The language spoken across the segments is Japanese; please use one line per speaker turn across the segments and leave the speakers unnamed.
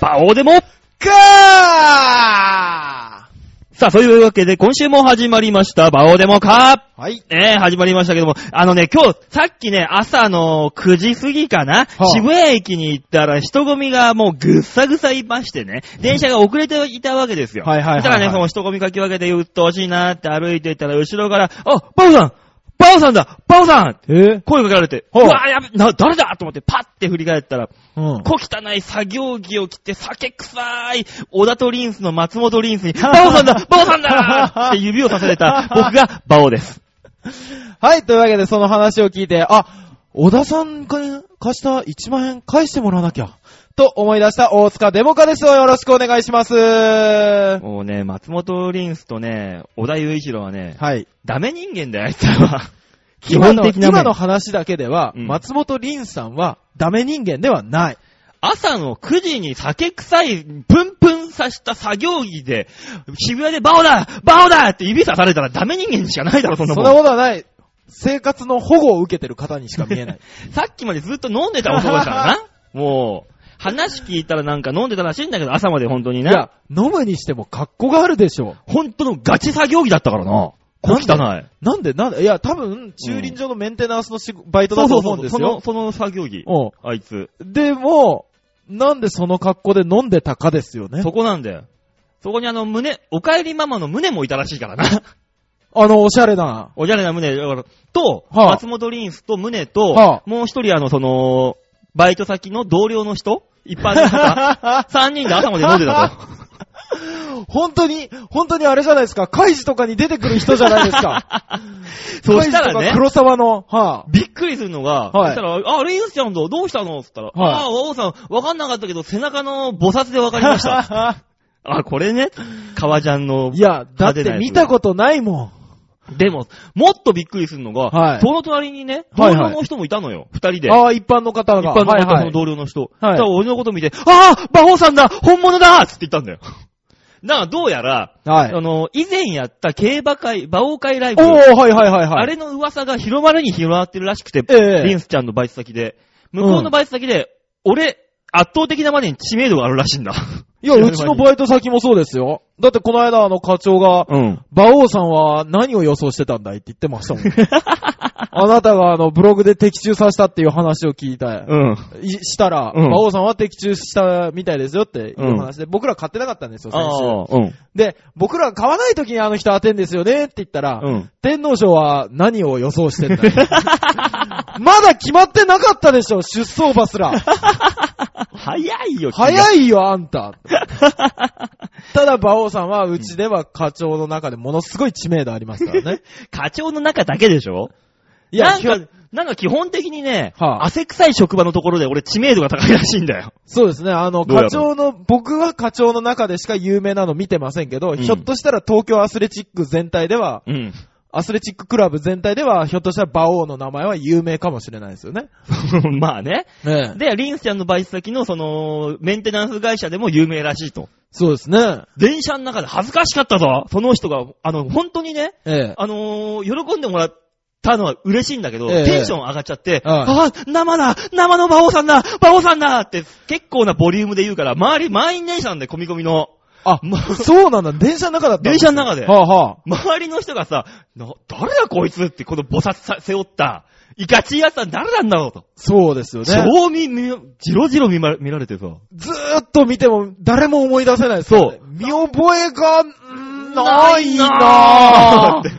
バオでも
かー
さあ、そういうわけで、今週も始まりました、バオデモか
はい。
ねえ、始まりましたけども、あのね、今日、さっきね、朝の9時過ぎかな、
はあ
渋谷駅に行ったら人混みがもうぐっさぐさいましてね、電車が遅れていたわけですよ。
はいはいはいはい
だからね、その人混みかき分けて鬱陶しいなって歩いていたら、後ろから、あ、バオさんバオさんだバオさん
えー
声かけられて、う
はあ
わやべ、な、誰だと思ってパッて振り返ったら、
うん。
小汚い作業着を着て酒臭い、小田とリンスの松本リン スに、バオさんだバオさん だって指をさされた僕がバオです。
はい、というわけでその話を聞いて、あ、小田さんが貸した1万円返してもらわなきゃ。と思い出した大塚デモカです。よろしくお願いします。は
もうね、松本リンスとね、小田雄一郎はね、
い。
ダメ人間だよ、あいつらは。 基
今
本
の
的な
今
面
の話だけでは、
うん
松本凛さんはダメ人間ではない。
朝の9時に酒臭い、プンプンさした作業着で、渋谷でバオだバオだって指さされたらダメ人間しかないだろ、そんな
そ
も
ん
ん。
なことはない。生活の保護を受けてる方にしか見え ない。
さっきまでずっと飲んでた男だからな。もう、話聞いたらなんか飲んでたらしいんだけど、朝まで本当に
い
ね。
や、飲むにしても格好があるでしょ
本当のガチ作業着だったからな。小汚い。
う。なんで、なんで、いや、多分、駐輪場のメンテナンスの仕事バイトだと思うんです
その、
よ。
その作業着。
うん
あいつ。
でも、なんでその格好で飲んでたかですよね。
そこなんだよ。そこにあの、胸、おかえりママの胸もいたらしいからな。
あの、おしゃれな。
おじゃれな胸、だから、と、
はあ
松本リンスと胸と、
は
もう一人あの、その、バイト先の同僚の人一般の方 三人で朝まで飲んでたと。
本当に、本当にあれじゃないですか。カイジとかに出てくる人じゃないですか。
そしたら
カイジと
ね
か、黒沢の、は
びっくりするのが、
は
そし
い
たら、あ、リンスちゃんどうどうしたのつったら、
はい
ああ、王さん、わかんなかったけど、背中の菩薩でわかりました。
あ。
あ、これね、革ジャンの。
いや、だっ
派手な
て
やつ
見たことないもん。
でも、もっとびっくりするのが、
はい
その隣にね、同
はい
僚
はい
の人もいたのよ、二人で。
ああ、一般の方が。
一般の
はい
方、そ
は
の
い。
同僚の人。
はい
だから俺のこと見て、ああ馬王さんだ本物だつって言ったんだよ。 だからどうやら、
はい
あの、以前やった競馬会、馬王会ライブ、
おー、はいはいはいはい。
あれの噂が広まるに広まってるらしくて、
ええ
リンスちゃんのバイト先で。向こうのバイト先で、俺、圧倒的なまでに知名度があるらしいんだ。
いや、うちのバイト先もそうですよ。だってこの間あの課長が、
うん。
馬王さんは何を予想してたんだいって言ってましたもん。 あなたがあのブログで的中させたっていう話を聞いた。
うん。
いしたら、
うん
馬王さんは的中したみたいですよっていう話で、僕ら買ってなかったんですよ、先週。
ああ、うん。
で、僕ら買わない時にあの人当てんですよねって言ったら、
うん。
天皇賞は何を予想してんだよ まだ決まってなかったでしょ、出走馬 すら。
早いよ、い。
早いよ、あん た。ただ、馬王さんは、うちでは課長の中でものすごい知名度ありますから ね。
課長の中だけでしょ
いや、
なん
ひょ
か、なんか基本的にね、
はあ
汗臭い職場のところで俺知名度が高いらしいんだよ。
そうですね、あの、
どうやろ
課
う
長の、僕は課長の中でしか有名なの見てませんけど、
ん
ひょっとしたら東京アスレチック全体では、
うん。
アスレチッククラブ全体では、ひょっとしたら馬王の名前は有名かもしれないですよね。
まあね。
ね
で、リンスちゃんのバイト先のその、メンテナンス会社でも有名らしいと。
そうですね。
電車の中で恥ずかしかったぞその人が、あの、本当にね、
ええ。
あのー、喜んでもらったのは嬉しいんだけど、
ええ
テンション上がっちゃって、
は
ああ、生だ生の馬王さんだ馬王さんだって結構なボリュームで言うから、周り満員電車なんで、込み込みの。
あ、
ま
そうなんだ、電車の中だったんすよ
電車の中で
はあはあ。
周りの人がさ、な誰だこいつって、この菩薩さ背負った、いかちいやつは誰なんだろうと。
そうですよね。
超み、み、じろじろ見ま、見られてさ。
ずーっと見ても誰も思い出せない。
そう。
見覚えが、んーない
なぁ
なぁ。
って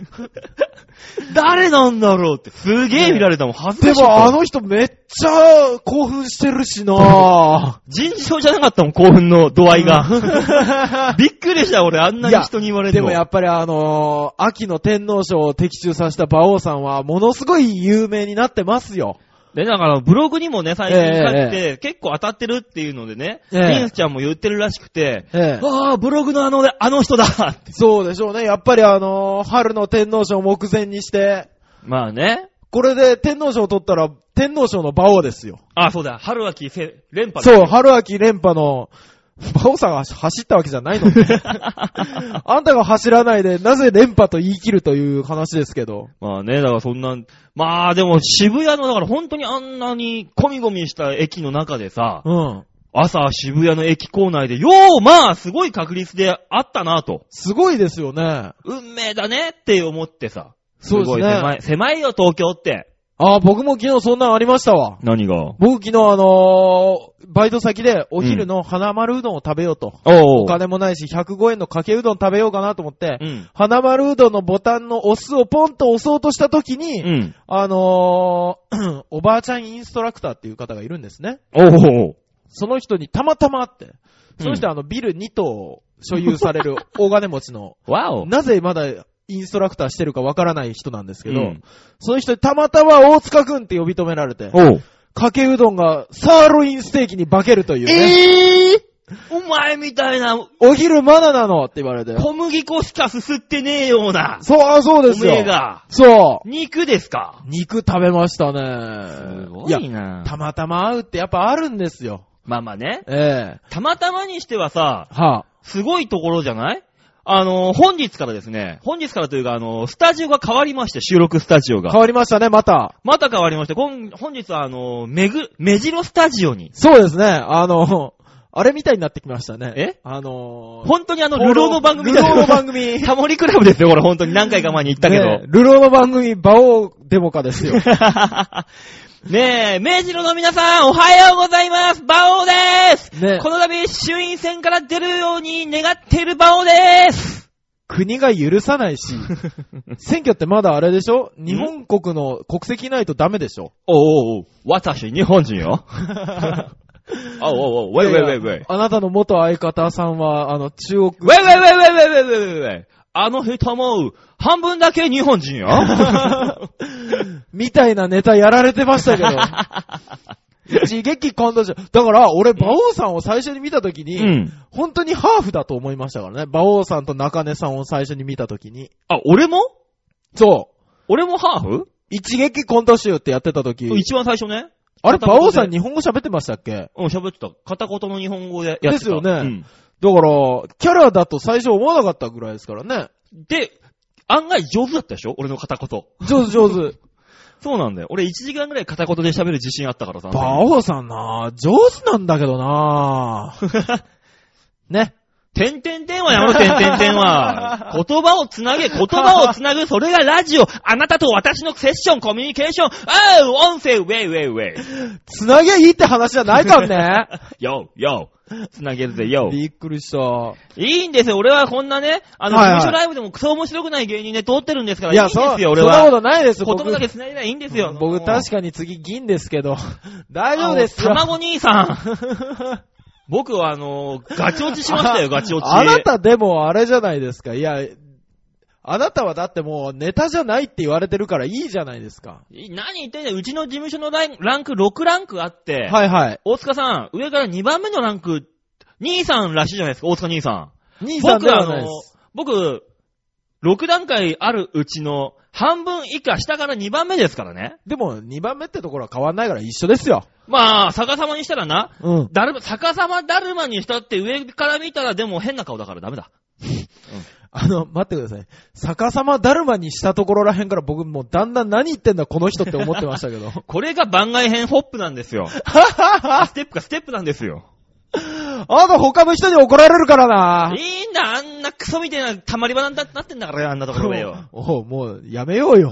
誰なんだろうって、すげえ見られたもん、恥ず
で
かしかった
もあの人めっちゃ興奮してる しな
尋常じゃなかったもん、興奮の度合いが。
ぁ。
びっくりした、俺、あんなに人に言われて
で
も。
もやっぱりあのー、秋の天皇賞を的中させた馬王さんはものすごい有名になってますよ。
で、だから、ブログにもね、最近書い
え
て、結構当たってるっていうのでね、
ええ
リンスちゃんも言ってるらしくて、
ええ
ああ、ブログのあの、あの人だって。
そうでしょうね。やっぱりあのー、春の天皇賞を目前にして、
まあね。
これで天皇賞を取ったら天皇賞の馬王ですよ。
あ、そうだ、春秋せ連覇
そう、春秋連覇の、馬王さんが走ったわけじゃない のねあんたが走らないで、なぜ連覇と言い切るという話ですけど。
まあね、だからそんな、まあでも渋谷の、だから本当にあんなにゴミゴミした駅の中でさ、
うん。
朝渋谷の駅構内で、よう、まあ、すごい確率であったなと。
すごいですよね。
運命だねって思ってさ。
そうです
ごい
ね
狭い。狭いよ、東京って。
あー、僕も昨日そんなのありましたわ。
何が
僕昨日あのーバイト先でお昼の花丸うどんを食べようと。
お
お金もないし、105円のかけうどん食べようかなと思って、
うん。
花丸うどんのボタンの押すをポンと押そうとした時に、
うん。
あのーおばあちゃんインストラクターっていう方がいるんですね。
おお
その人にたまたま会って、その人はあのビル2棟を所有される 大金持ちの、
わお。
なぜまだインストラクターしてるかわからない人なんですけど、
うん
その人にたまたま大塚くんって呼び止められて、
おう。
かけうどんがサーロインステーキに化けるというね。
ええお前みたいな
お昼まだなのって言われて。
小麦粉しかすすってねえような、
そう、あ、そう
お
ですよ
めえ。が、
そう。
肉ですか
肉食べました
す
ね。
ごい
や、
な
たまたま会うってやっぱあるんですよ。
まあまあね。
ええ
たまたまにしてはさ、
はあ、
すごいところじゃないあの、本日からですね、本日からというか、あの、スタジオが変わりまして、収録スタジオ
変
が。
わりましたね、また。
また変わりまして、今本日はあの、めぐ、目白スタジオに、
そうですね、あの、あれみたいになってきましたね。
え
あのー、
本当にあの、流浪の番組
ル
だ
ローの番
組。
組。
タモリクラブですよ、これ本当に何回か前に言ったけど。
ねルローの番組、バオデモカですよ。
ねえ、明治の皆さん、おはようございます馬王です、
ね
この度、衆院選から出るように願っている馬王です
国が許さないし、選挙ってまだあれでしょ日本国の国籍ないとダメでしょ
おうおうおう、私、日本人 よ。おうおうおう、ウェイウェイウェイウェイ。
あなたの元相方さんは、あの、中国、
ウェイウェイウェイウェイウェイウェイウェイウェイ。あの人も、半分だけ日本人 よ。
みたいなネタやられてましたけど。 一撃感動した。だから、俺、馬王さんを最初に見たとき
う
に、
ん。
本当にハーフだと思いましたからね。馬王さんと中根さんを最初に見たときに。
あ、俺も
そう。
俺もハーフ
一撃コント集ってやってたとき、
一番最初ね。
あれ、
片
馬
言で
王さん日本語喋ってましたっけ
うん、喋ってた。片言の日本語でやってた。
ですよね
うん
だから、キャラだと最初思わなかったぐらいですからね。
で、案外上手だったでしょ俺の片言。
上手上手。
そうなんだよ。俺1時間ぐらい片言で喋る自信あったからさ。
馬王さんな上手なんだけど なね。
てんてんてんはやめろ、てんてんてん は。言葉をつなげ、言葉をつなぐ、それがラジオ。あなたと私のセッション、コミュニケーション。あう、音声、ウェイウェイウェイ。
つなげいいって話じゃないから ね。
よ、よ。つなげるぜ、よ。
びっくりした。
いいんですよ。俺はこんなね、あの、事
はいはい
務所ライブでもクソ面白くない芸人で通ってるんですから、
い
いいん
や、
で
そ
す
う、
よ、俺
そんなこ
は。
とないです、
言
僕。
葉だけ繋いでりゃいいんですよ。
僕、確
か
かに次、銀ですけど。 大丈夫ですよ。
卵兄さん。 僕はあのーガチ落ちしましたよ、ガチ落ち。
あなたでも、あれじゃないですか。いや、あなたはだってもう、ネタじゃないって言われてるからいいじゃないですか。
い何言ってんだよ、うちの事務所のラインランク6ランクあって、
はいはい。
大塚さん、上から2番目のランク、兄さんらしいじゃないですか、大塚兄さん。
兄さんで
僕
は
あ
ないで
のー
す。
僕、6段階あるうちの半分以下、下から2番目ですからね。
でも、2番目ってところは変わんないから一緒ですよ。
まあ、逆さまにしたらな、
うん。
だるま、逆さまだるまにしたって上から見たらでも変な顔だからダメだ。
あの、待ってください。逆さまだるまにしたところらへんから僕もうだんだん何言ってんだこの人って思ってましたけど。
これが番外編ホップなんです よ。ステップかステップなんですよ。
あと他の人に怒られるからない
いんだ、あんなクソみたいな溜まり場なんだなってんだからよ、あんなところでよ。
おうもう、やめよ うよ。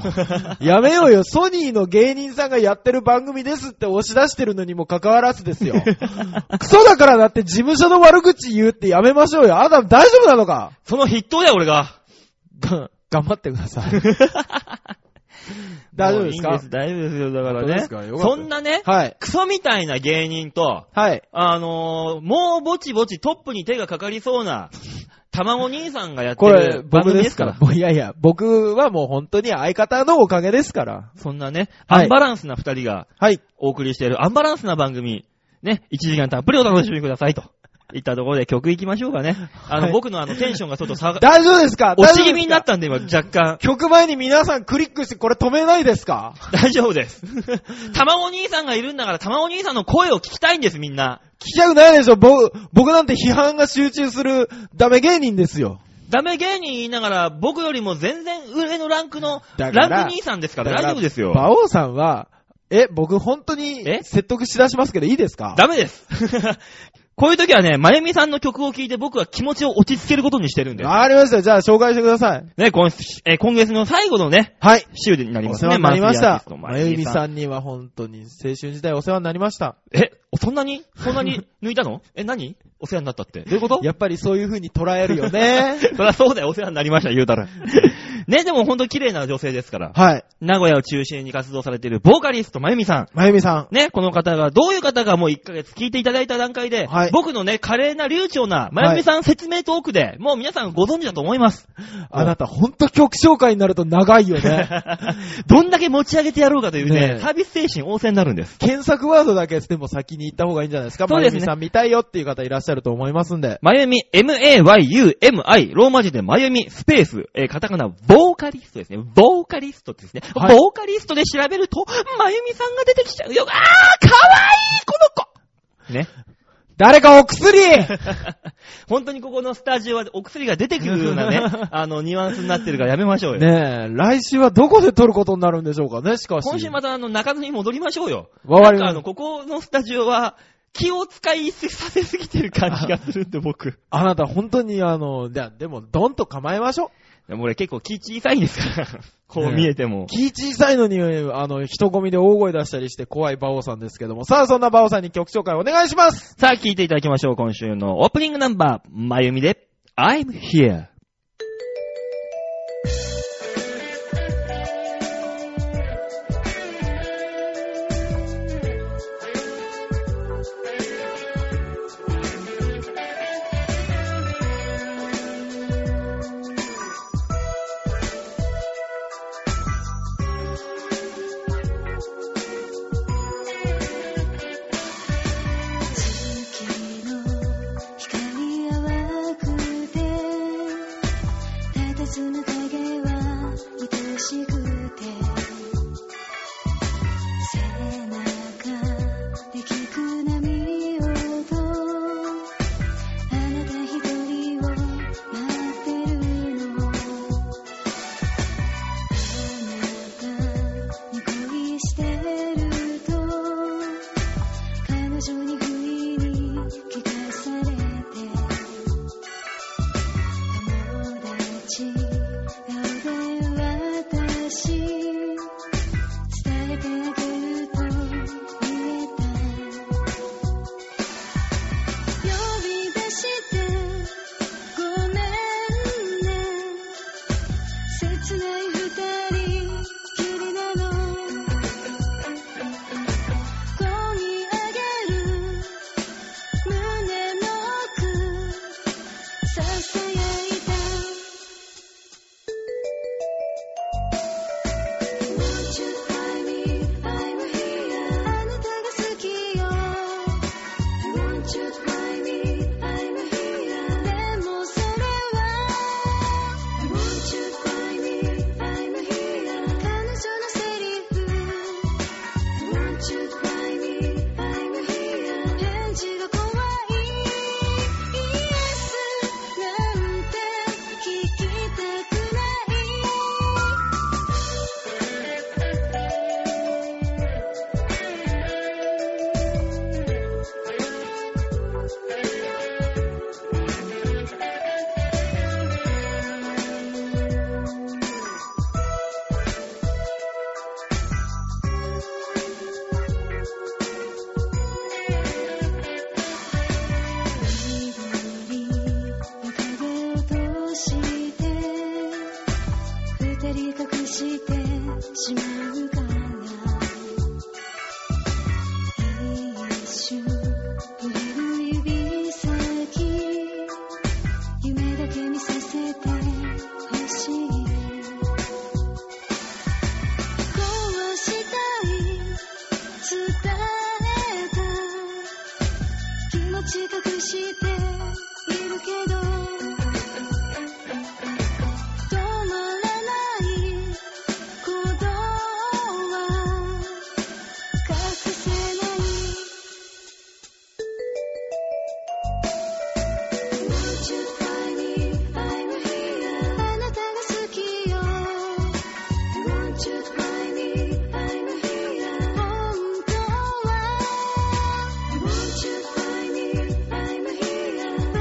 やめようよ。ソニーの芸人さんがやってる番組ですって押し出してるのにも関わらずですよ。クソだからだって事務所の悪口言うってやめましょうよ。あなた大丈夫なのか
その筆頭だよ、俺が。
が頑張ってく ださい。大丈夫ですか
もういいん大丈夫ですよ、だから
本当で
ね
すかよ。かった
そんなね、
はい。
クソみたいな芸人と、
はい。
あのー、もうぼちぼちトップに手がかかりそうな、卵兄さんがやって
これ、
る番
僕
組
で
ですすか
から
ら。。
いやいや、僕はもう本当に相方のおかげですから。
そんなね、
はい
アンバランスな二人が
はい。
お送りしているアンバランスな番組、ね、1時間たっぷりお楽しみくださ いと。いったところで曲行きましょうかね。あの、
はい
僕のあのテンションがちょっと 下が、
大丈夫ですか
落ち気味になっ
大丈夫ですか
たんで今若干。
曲前に皆さんクリックしてこれ止めないですか
大丈夫 です。たまお兄さんがいるんだから、たまお兄さんの声を聞きたいんです、みんな。
聞きたくないでしょ僕、僕なんて批判が集中するダメ芸人ですよ。
ダメ芸人言いながら、僕よりも全然上のランクの、ラ
だ
ン
から
ク兄さんですから大丈夫ですよ。
馬王さんは、え、僕本当に
え
説得しだしますけどいいですか
ダメです。 こういう時はね、まゆみさんの曲を聴いて僕は気持ちを落ち着けることにしてるんです。
わかりました。じゃあ、紹介してください。
ね、今えー今月の最後のね、
はい。
週になり
お
ます
世
ね。
話になりました。
マ
ま
スリーアー
ゆ
ティスト
みさんには本当に青春時代お世話になりました。
え、そんなにそんなに抜いたのえ、何お世話になったって。どういうこと
やっぱりそういう風に捉えるよね。
そりゃそうだよ、お世話になりました、言うたら。 ね、でもほんと綺麗な女性ですから。
はい。
名古屋を中心に活動されているボーカリスト、まゆみさん。
まゆみさん。
ね、この方が、どういう方がもう1ヶ月聞いていただいた段階で、
はい
僕のね、華麗な流暢な、まゆみさん説明トークで、もう皆さんご存知だと思います。
あなた、ほんと曲紹介になると長いよね。
どんだけ持ち上げてやろうかというね、
ねえ
サービス精神旺盛になるんです。
検索ワードだけでも先に行った方がいいんじゃないですか。
そう
ま
で
ゆ
すね
みさん見たいよっていう方いらっしゃると思いますんで。
まゆみ、m-a-y-u-m-i、ローマ字でまゆみ、スペース、えーカタカナ、ボーカリストですね。ボーカリストですね。
はい
ボーカリストで調べると、まゆみさんが出てきちゃうよ。あー、かわいいこの子ね。
誰かお 薬
本当にここのスタジオはお薬が出てくるような ね、あの、ニュアンスになってるからやめましょうよ。
ねえ、来週はどこで撮ることになるんでしょうかね、しかし。
今週またあの、中野に戻りましょうよ。
わかり
なんかあの、
ました。
ここのスタジオは、気を使いさせすぎてる感じがするんで、 僕。
あなた、本当にあの、じゃあでも、ドンと構えましょう。
でも俺結構気小さいんですから。こう見えても。
気小さいのに、あの、人混みで大声出したりして怖いバオさんですけども。さあ、そんなバオさんに曲紹介お願いします
さあ、聴いていただきましょう。今週のオープニングナンバー、まゆみで、I'm here。
月の光淡くてたたずむ影は愛しくて背中で聞く波音あなた一人を待ってるのあなたに恋してると彼女に不意に聞かされて友達顔で私伝えてあげると言えた呼び出してごめんね切ない二人きりなの「こぎあげる胸の奥ささやいた」「Won't you find me? I'm here」「あなたが好きよ」「Won't you find me? I'm here」「でもそれは」「Won't you find me? I'm here」「彼女のセリフ」Won't you find me? I'm here. 返事が怖い。Yes なんて聞きたくない。緑の影を通して二人隠してしまうから一瞬触れる指先夢だけ見させてほしいこうしたい伝えた気持ち隠しているけど止まらない鼓動は隠せない Won't you find me? I'm here あなたが好きよ Won't you find me? I'm here 本当は Won't you find me? I'm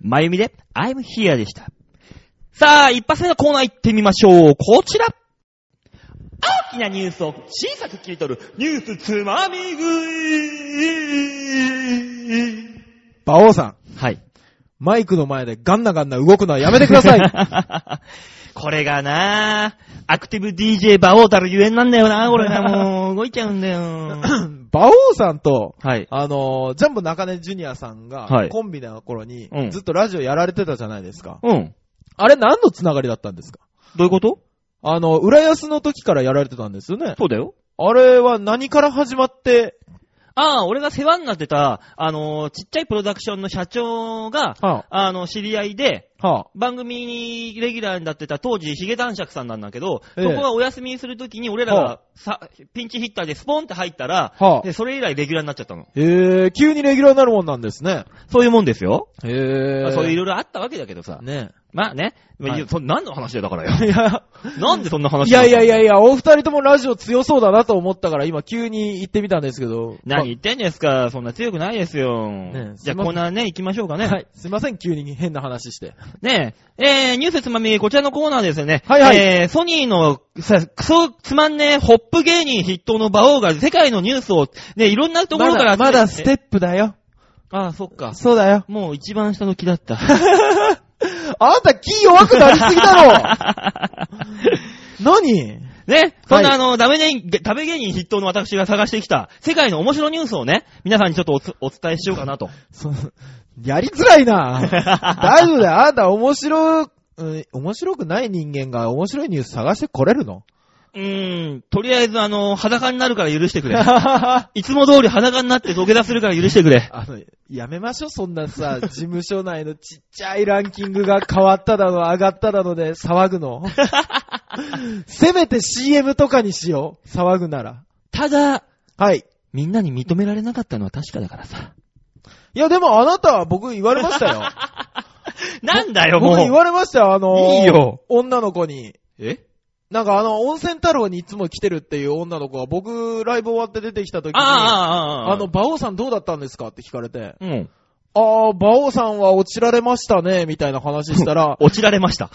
まゆみで、I'm here でした。さあ、一発目のコーナー行ってみましょう。こちら。大きなニュースを小さく切り取る、ニュースつまみ食い。
馬王さん、
はい。
マイクの前でガンナガンナ動くのはやめてくだ さい。
これがなアクティブ DJ 馬王たるゆえんなんだよなこれな、もう、動いちゃうんだよ。
馬王さんと、
はい。
あのージャンボ中根ジュニアさんが、
はい
コンビの頃に
う、ん
ずっとラジオやられてたじゃないですか。
うん。
あれ何のつながりだったんですか
どういうこと
あの、浦安の時からやられてたんですよね。
そうだよ。
あれは何から始まって、
ああ、俺が世話になってた、あのーちっちゃいプロダクションの社長が、
は
あの、知り合いで、
あ、は
番組にレギュラーになってた当時、ヒゲ男爵さんなんだけど、
ええ
そこがお休みするときに俺ら
は
がさ、ピンチヒッターでスポンって入ったら、
あ、はあ
で、、それ以来レギュラーになっちゃったの。
えー、急にレギュラーになるもんなんですね。
そういうもんですよ。
へ
ま
え
あそうい
色
ろいろあったわけだけどさ。
ね。
まあね。まあ
はい
いやそ何の話だよだから
い
よ。
や、
なんでそんな話
いやいやい
や。
やいや、お二人ともラジオ強そうだなと思ったから、今急に行ってみたんですけど。
何言ってんですかそんな強くないですよ。
ねえ
じゃあ
すいません
コーナーね、行きましょうかね。
まはい。すいません、急に変な話して。
ねえ、えー、ニュースつまみ、こちらのコーナーですよね。
はいはい
えー、ソニーの、さ、クソつまんねえ、ホップ芸人筆頭の馬王が世界のニュースを、ね、いろんなところから集めて
まだステップだよ。
ああ、そっか。
そうだよ。
もう一番下の木だった。
あんたキー弱くなりすぎだろ何
ね、そんな
はい
あの、ダメね、ダメ芸人筆頭の私が探してきた、世界の面白ニュースをね、皆さんにちょっとおつお伝えしようかな と。
そのやりづら いな大丈夫だよ。あんた面白、うん、面白くない人間が面白いニュース探してこれ るの
うーん、とりあえずあの、裸になるから許してくれ。 いつも通り裸になって土下座するから許してくれ。
あの、やめましょう、そんなさ、事務所内のちっちゃいランキングが変わっただの、上がっただので騒 ぐの。せめて CM とかにしよう、騒ぐなら。
ただ、
はい。
みんなに認められなかったのは確かだからさ。
いや、でもあなたは僕言われま したよ。
なんだよ、
僕言
も
われましたよ、あの
う。
ー
いいよ。
女の子に。
え
なんかあの、温泉太郎にいつも来てるっていう女の子が僕、ライブ終わって出てきた時に、
ああ、ああ、
あの、、馬王さんどうだったんですかって聞かれて、
うん。、
ああ、馬王さんは落ちられましたね、みたいな話したら
落ちられました。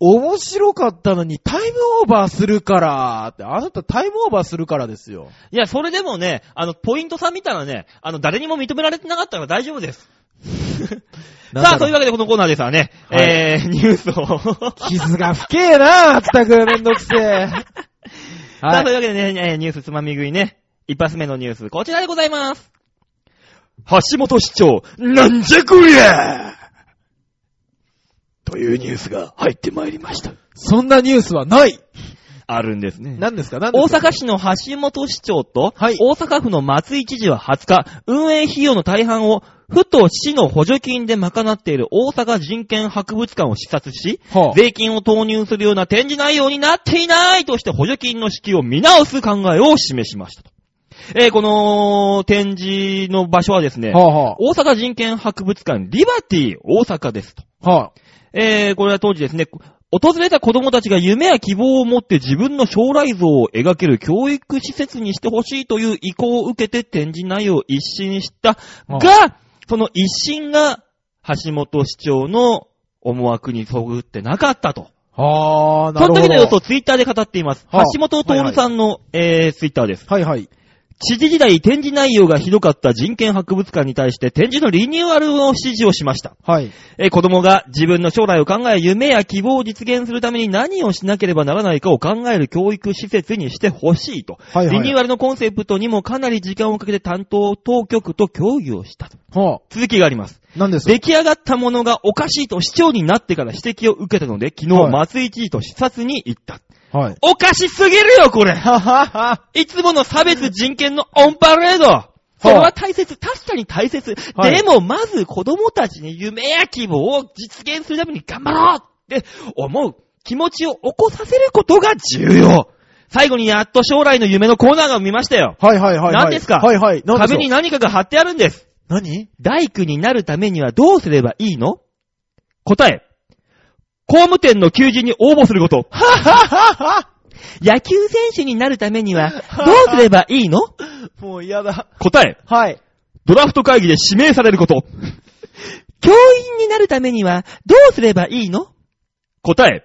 面白かったのにタイムオーバーするから、って、あなたタイムオーバーするからですよ。
いや、それでもね、あの、ポイントさん見たらね、あの、誰にも認められてなかったから大丈夫です。さあ、というわけでこのコーナーですわね、
はい
えー、ニ ュースを。
傷が深えな、まったくめんどくせえ。
さあ、
は
とい
い。
うわけでね、えーニュースつまみ食いね。一発目のニュース、こちらでございます。橋本市長、なんじゃこりゃというニュースが入ってまいりました。
そんなニュースはない
あるんですね。
何ですか何で
大
すか
阪市の橋本市長と、
はい
大阪府の松井知事は20日、運営費用の大半を、府と市の補助金で賄っている大阪人権博物館を視察し、
はあ
税金を投入するような展示内容になっていないとして補助金の支給を見直す考えを示しましたと。えーこの展示の場所はですね、
はあは
大阪人権博物館リバティ大阪ですと。
あ。はあ。
えー、これは当時ですね、訪れた子供たちが夢や希望を持って自分の将来像を描ける教育施設にしてほしいという意向を受けて展示内容を一新した
あ
が、その一新が橋本市長の思惑にそぐってなかったと。
はあ、な
そ
る
の
ほど。
時の様子をツイッターで語っています。
はあ
橋本徹さんの、えーツイッターです。
はいはい。
知事時代展示内容がひどかった人権博物館に対して展示のリニューアルの指示をしました。
はい。
えー子供が自分の将来を考え、夢や希望を実現するために何をしなければならないかを考える教育施設にしてほしいと。
はいはい
リニューアルのコンセプトにもかなり時間をかけて担当当局と協議をしたと。
は
続きがあります。
あ。何ですか
出来上がったものがおかしいと市長になってから指摘を受けたので、昨日
はい
松井知事と視察に行った。
はい。
おかしすぎるよ、これ
はは はい
つもの差別人権のオンパレードそれは大切、確かに大切。
はい
でも、まず子供たちに夢や希望を実現するために頑張ろうって思う気持ちを起こさせることが重要。最後にやっと将来の夢のコーナーが見ましたよ。
はいはいはいはい。
何ですか
はいはい。何でしょ
壁
う
に何かが貼ってあるんです。
何
大工になるためにはどうすればいいの答え。工務店の求人に応募すること。野球選手になるためにはどうすればいいの
もう嫌だ。
答え。
はい。
ドラフト会議で指名されること。教員になるためには、どうすればいいの答え。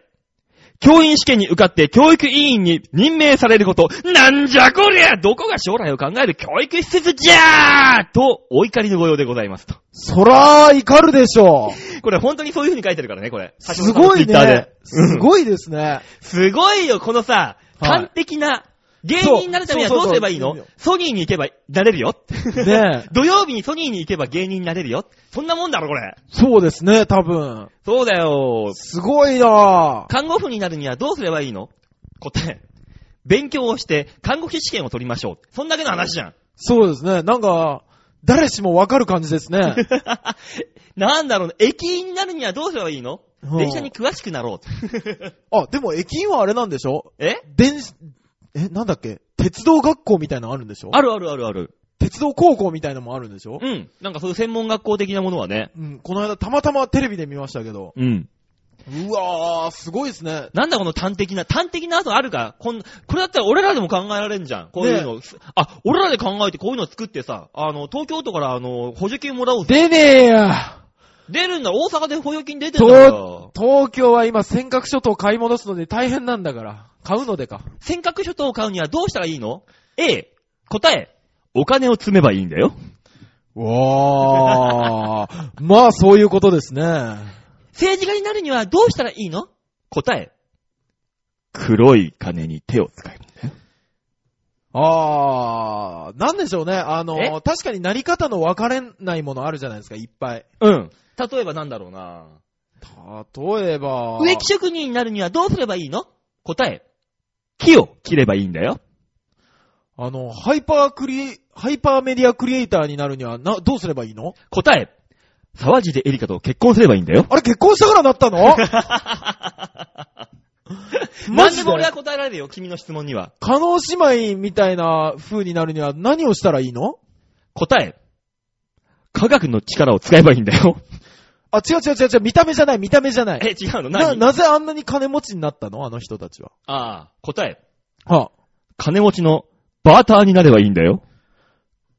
教員試験に受かって教育委員に任命されること、なんじゃこりゃどこが将来を考える教育施設じゃーと、お怒りの御用でございますと。
そら、怒るでしょ う。
これ本当にそういう風に書いてるからね、これ。
すごい
橋本さんの Twitter
ね
で。うん
すごいですね。
すごいよ、このさ、
はい
端的な、芸人になるためには
そう
どうすればいいの
そうそう
ソニーに行けばなれる よ。
ねえ
土曜日にソニーに行けば芸人になれるよ。そんなもんだろ、これ。
そうですね、多分。
そうだよ。
すごいなぁ。
看護婦になるにはどうすればいいの答え。勉強をして、看護師試験を取りましょう。そんだけの話じ ゃん。
そうですね、なんか、誰しもわかる感じですね。
なんだろうね、駅員になるにはどうすればいいの
うん
電車に詳しくなろう。
あ、でも駅員はあれなんでしょ
え
電子、え、なんだっけ鉄道学校みたいなのあるんでしょ
あるあるあるある。
鉄道高校みたいなのもあるんでしょ
うん。なんかそういう専門学校的なものはね。
うん、この間たまたまテレビで見ましたけど。
うん。
うわぁ、すごいですね。
なんだこの端的な、端的な後あるかこん、これだったら俺らでも考えられんじゃん。こういうの。あ、俺らで考えてこういうの作ってさ、あの、東京都からあの、補助金もらおうぜ。
出ねえや
出るんだ、大阪で補助金出てんだから
東。東京は今尖閣諸島買い戻すので大変なんだから。買うのでか。
尖閣諸島を買うにはどうしたらいいの ?A、答え。お金を積めばいいんだよ。
わー。 まあそういうことですね。
政治家になるにはどうしたらいいの答え。黒い金に手を使え。
あー、なんでしょうね。あの、
え
確かになり方の分かれないものあるじゃないですか、いっぱい。
うん。例えばなんだろうな
例えば、
植木職人になるにはどうすればいいの答え。木を切ればいいんだよ。
あの、ハイパークリエ、ハイパーメディアクリエイターになるには、な、どうすればいいの
答え。沢尻エリカと結婚すればいいんだよ。
あれ結婚したからなった のマ
なん
ジ
で
で
も俺は答えられるよ、君の質問には。
カノ姉妹みたいな風になるには何をしたらいいの
答え。科学の力を使えばいいんだよ。
あ、違う違う違う違う、見た目じゃない、見た目じゃない。
え、違うの
な、
何
なぜあんなに金持ちになったのあの人たちは。
ああ、答え。
は
金持ちのバーターになればいいんだよ。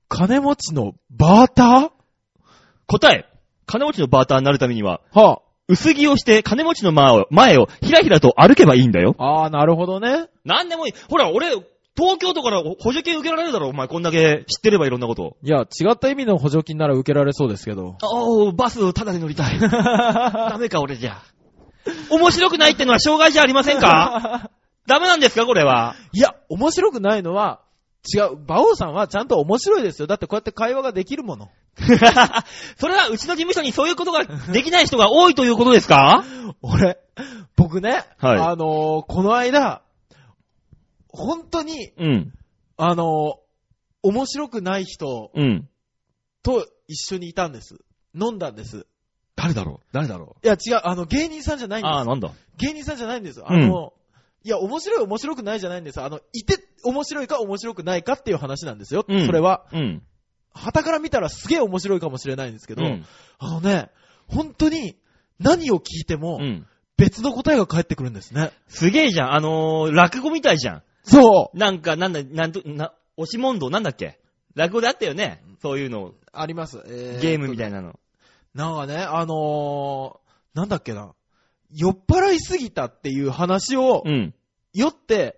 金持ちのバーター
答え。金持ちのバーターになるためには、
は
薄着をして金持ちの前を、前をひらひらと歩けばいいんだよ。
あ、あー、なるほどね。
なんでもいい。ほら、俺、東京都から補助金受けられるだろ、お前。こんだけ知ってればいろんなこと。
いや、違った意味の補助金なら受けられそうですけど。
あおうバス、ただで乗りた い。ダメか、俺じゃ。面白くないってのは障害じゃありませんか ダメなんですか、これ は。
いや、面白くないのは、違う。馬王さんはちゃんと面白いですよ。だってこうやって会話ができるもの。
それは、うちの事務所にそういうことができない人が多いということですか
俺、僕ね、
はい
あのーこの間、本当に、
うん、
あのー面白くない人
うん。
と一緒にいたんです。飲んだんです。
誰だろう誰だろ
いや、違う、あの、芸人さんじゃないん
ああ、
で
なんだ。
す。芸人さんじゃないんです。あの、いや、面白い、面白くないじゃないんです。あの、いて、面白いか面白くないかっていう話なんですよ。
うん
それは。
うん。
旗から見たらすげえ面白いかもしれないんですけ
う
ど、
ん。
あのね、本当に何を聞いても
うん。
別の答えが返ってくるんですね。
すげえじゃん。あのー、落語みたいじゃん。
そう
なんか、なんだ、なんと、な、押し問答なんだっけ落語であったよね。そういうの、
あります。
ゲームみた
い
いなの。
な。なんかね、あのー、なんだっけな。酔っ払いすぎたっていう話を、
うん。
酔って、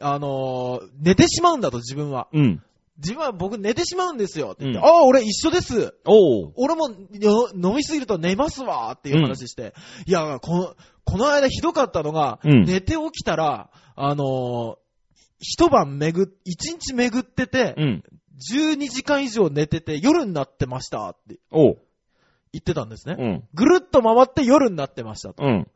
あのー、寝てしまうんだと自分は。
うん。
自分は僕寝てしまうんですよって言って、
うん
ああ、俺一緒です。
おう。
俺もよ飲みすぎると寝ますわっていう話して、いや、この、この間ひどかったのが、
うん
寝て起きたら、あのー一晩めぐ、一日巡ってて、
うん。
12時間以上寝てて夜になってましたって
おう。
言ってたんですね。
うん。
ぐるっと回って夜になってましたと。
うん。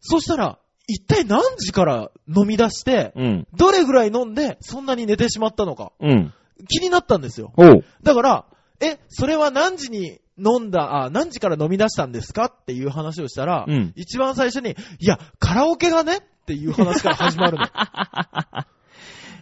そしたら、一体何時から飲み出して、
うん。
どれぐらい飲んでそんなに寝てしまったのか
うん。
気になったんですよ。
おう。
だから、え、それは何時に飲んだ、あ、何時から飲み出したんですかっていう話をしたら、
うん
一番最初に、いや、カラオケがねっていう話から始まるの。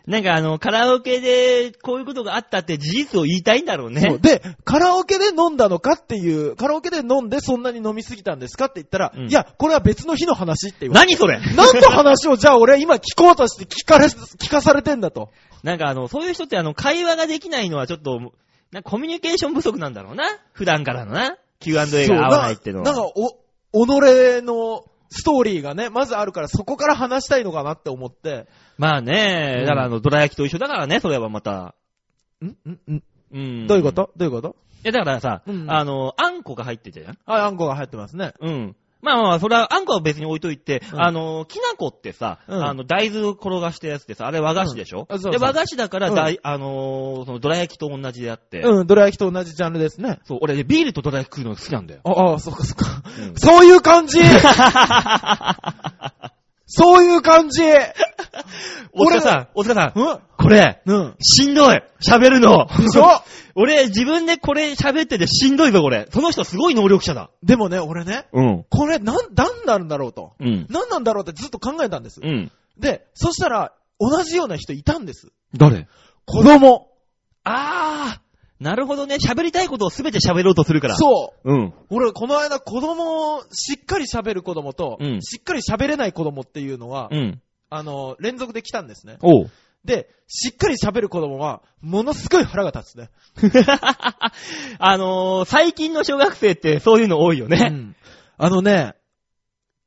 なんかあの、カラオケでこういうことがあったって事実を言いたいんだろう
そう
ね。
で、カラオケで飲んだのかっていう、カラオケで飲んでそんなに飲みすぎたんですかって言ったら、
うん
いや、これは別の日の話って言 われ
何それ
て。何の話をじゃあ俺は今聞こうとして聞かれ、聞かされてんだと。
なんかあの、そういう人ってあの、会話ができないのはちょっと、なんかコミュニケーション不足なんだろうな。普段からのな。 Q&A が合わないっての
そう
は。
なんか、お、己のストーリーがね、まずあるから、そこから話したいのかなって思って。
まあね
う、ん
だからあの、ドラ焼きと一緒だからね、それはまた。
んんん
うん。
どういうことどういうこと
いや、だからさ、
うん
あの、あんこが入ってたじゃん
あ、あんこが入ってますね。
うん。まあまあ、それは、あんこは別に置いといて、
うん
あの、きなこってさ、
うん
あの、大豆を転がしたやつってさ、あれ和菓子でしょ、
うんあそう
で、
そう
和菓子だから、
うん
だいあのーその、ドラ焼きと同じであって、
うん、ドラ焼きと同じジャンルですね。
そう、俺ね、ビールとドラ焼き食うの好きなんだよ。
ああ、そっかそっか。
うん
そういう感 じそういう感じう
大
俺
塚さん、大塚さん、
ん
これ、
うん。
しんどい喋るの
でしょ
俺、自分でこれ喋っててしんどいぞ、これ。その人すごい能力者だ。
でもね、俺ね、
うん。
これ、なん、なんなんだろうと。
うん。
なんなんだろうってずっと考えたんです。
うん。
で、そしたら、同じような人いたんです。
誰
子供。
あー、なるほどね。喋りたいことをすべて喋ろうとするから。
そう。
う。うん。
俺、この間、子供、しっかり喋る子供と、
うん
しっかり喋れない子供っていうのは、
うん。
あの、連続で来たんですね。
おう。
で、しっかり喋る子供は、ものすごい腹が立つね。
あのー、最近の小学生ってそういうの多いよ
う
ね。
んあのね、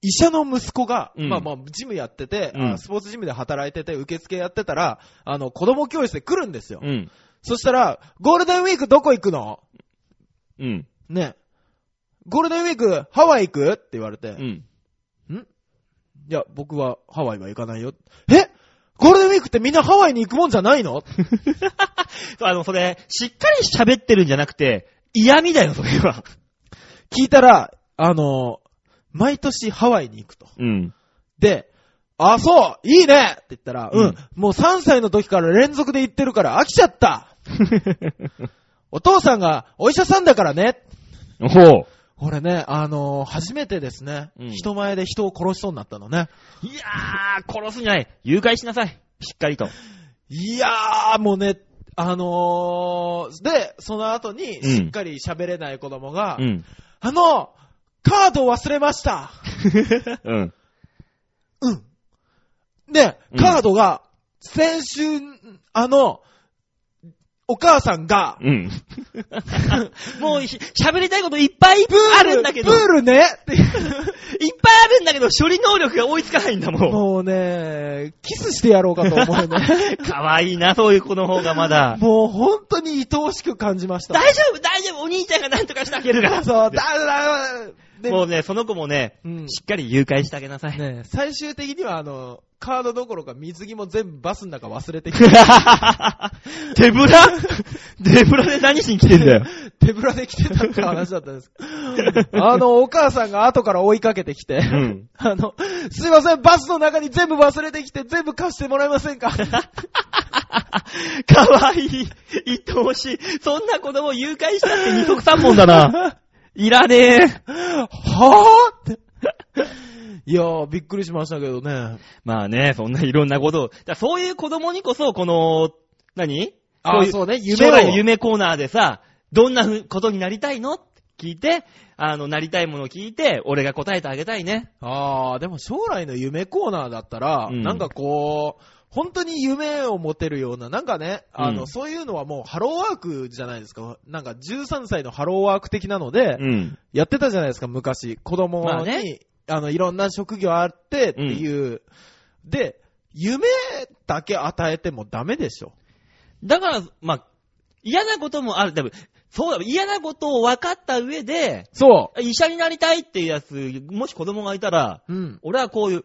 医者の息子が、
うん
まあまあ、ジムやってて、
うん
あスポーツジムで働いてて、受付やってたら、あの、子供教室で来るんですよ。
ん。
そしたら、ゴールデンウィークどこ行くの
うん。
ね。ゴールデンウィーク、ハワイ行くって言われて、
うん。
いや、僕はハワイは行かないよ。えゴールデンウィークってみんなハワイに行くもんじゃな いの
そうあの、それ、しっかり喋ってるんじゃなくて、嫌味だよ、それは。
聞いたら、あのー毎年ハワイに行くと。
うん。
で、あ、そういいねって言ったら、
う
うんん、もう3歳の時から連続で行ってるから飽きちゃったお父さんがお医者さんだからね
ほう。
俺ね、あのー初めてですね、
うん
人前で人を殺しそうになったのね。
いやー、殺すんじゃない。誘拐しなさい。しっかりと。
いやー、もうね、あのー、で、その後に、しっかり喋れない子供が、
ん。
あの、カードを忘れました。
うん。
うん。で
う、ん
カードが、先週、あの、お母さんが、
うん。 もう、し喋りたいこといっぱいあるんだけど、
プ
い
ー
っ
ルねって
ぱいあるんだけど、処理能力が追いつかないんだもん。
もうね、キスしてやろうかと思 うね。
かわいいな、そういう子の方がまだ。
もう本当に愛おしく感じました。
大丈夫、大丈夫、お兄ちゃんがなんとかしてあげる から。
そう、だ、だ、で、
もうね、その子もね、
うん
しっかり誘拐してあげなさい。
ね、最終的にはあの、カードどころか水着も全部バスの中忘れてきて、
手ぶら手ぶらで何しに来てん だよ。
手ぶらで来てたって話だったんです。 あの、お母さんが後から追いかけてきて、
ん
あの、すいません、バスの中に全部忘れてきて、全部貸してもらえませんか
かわいい。愛おしい。そんな子供誘拐したって二足三本だ な。いらねえ。
はぁって。いやー、びっくりしましたけどね。
まあね、そんないろんなことを。だからそういう子供にこそ、この、何
あー
い
そうね夢を
将来の夢コーナーでさ、どんなふことになりたいのって聞いて、あの、なりたいものを聞いて、俺が答えてあげたいね。
あー、でも将来の夢コーナーだったら、
うん
なんかこう、本当に夢を持てるような、なんかね、あの、
うん
そういうのはもうハローワークじゃないですか。なんか13歳のハローワーク的なので、
ん。
やってたじゃないですか、昔。子供に、
まあ
あ
ね
の、いろんな職業あってっていう。で、夢だけ与えてもダメでしょ。
だから、まあ、嫌なこともある。多分そうだ、嫌なことを分かった上で、
そ
医者になりたいっていうやつ、もし子供がいたら、
う。うん。
俺はこういう、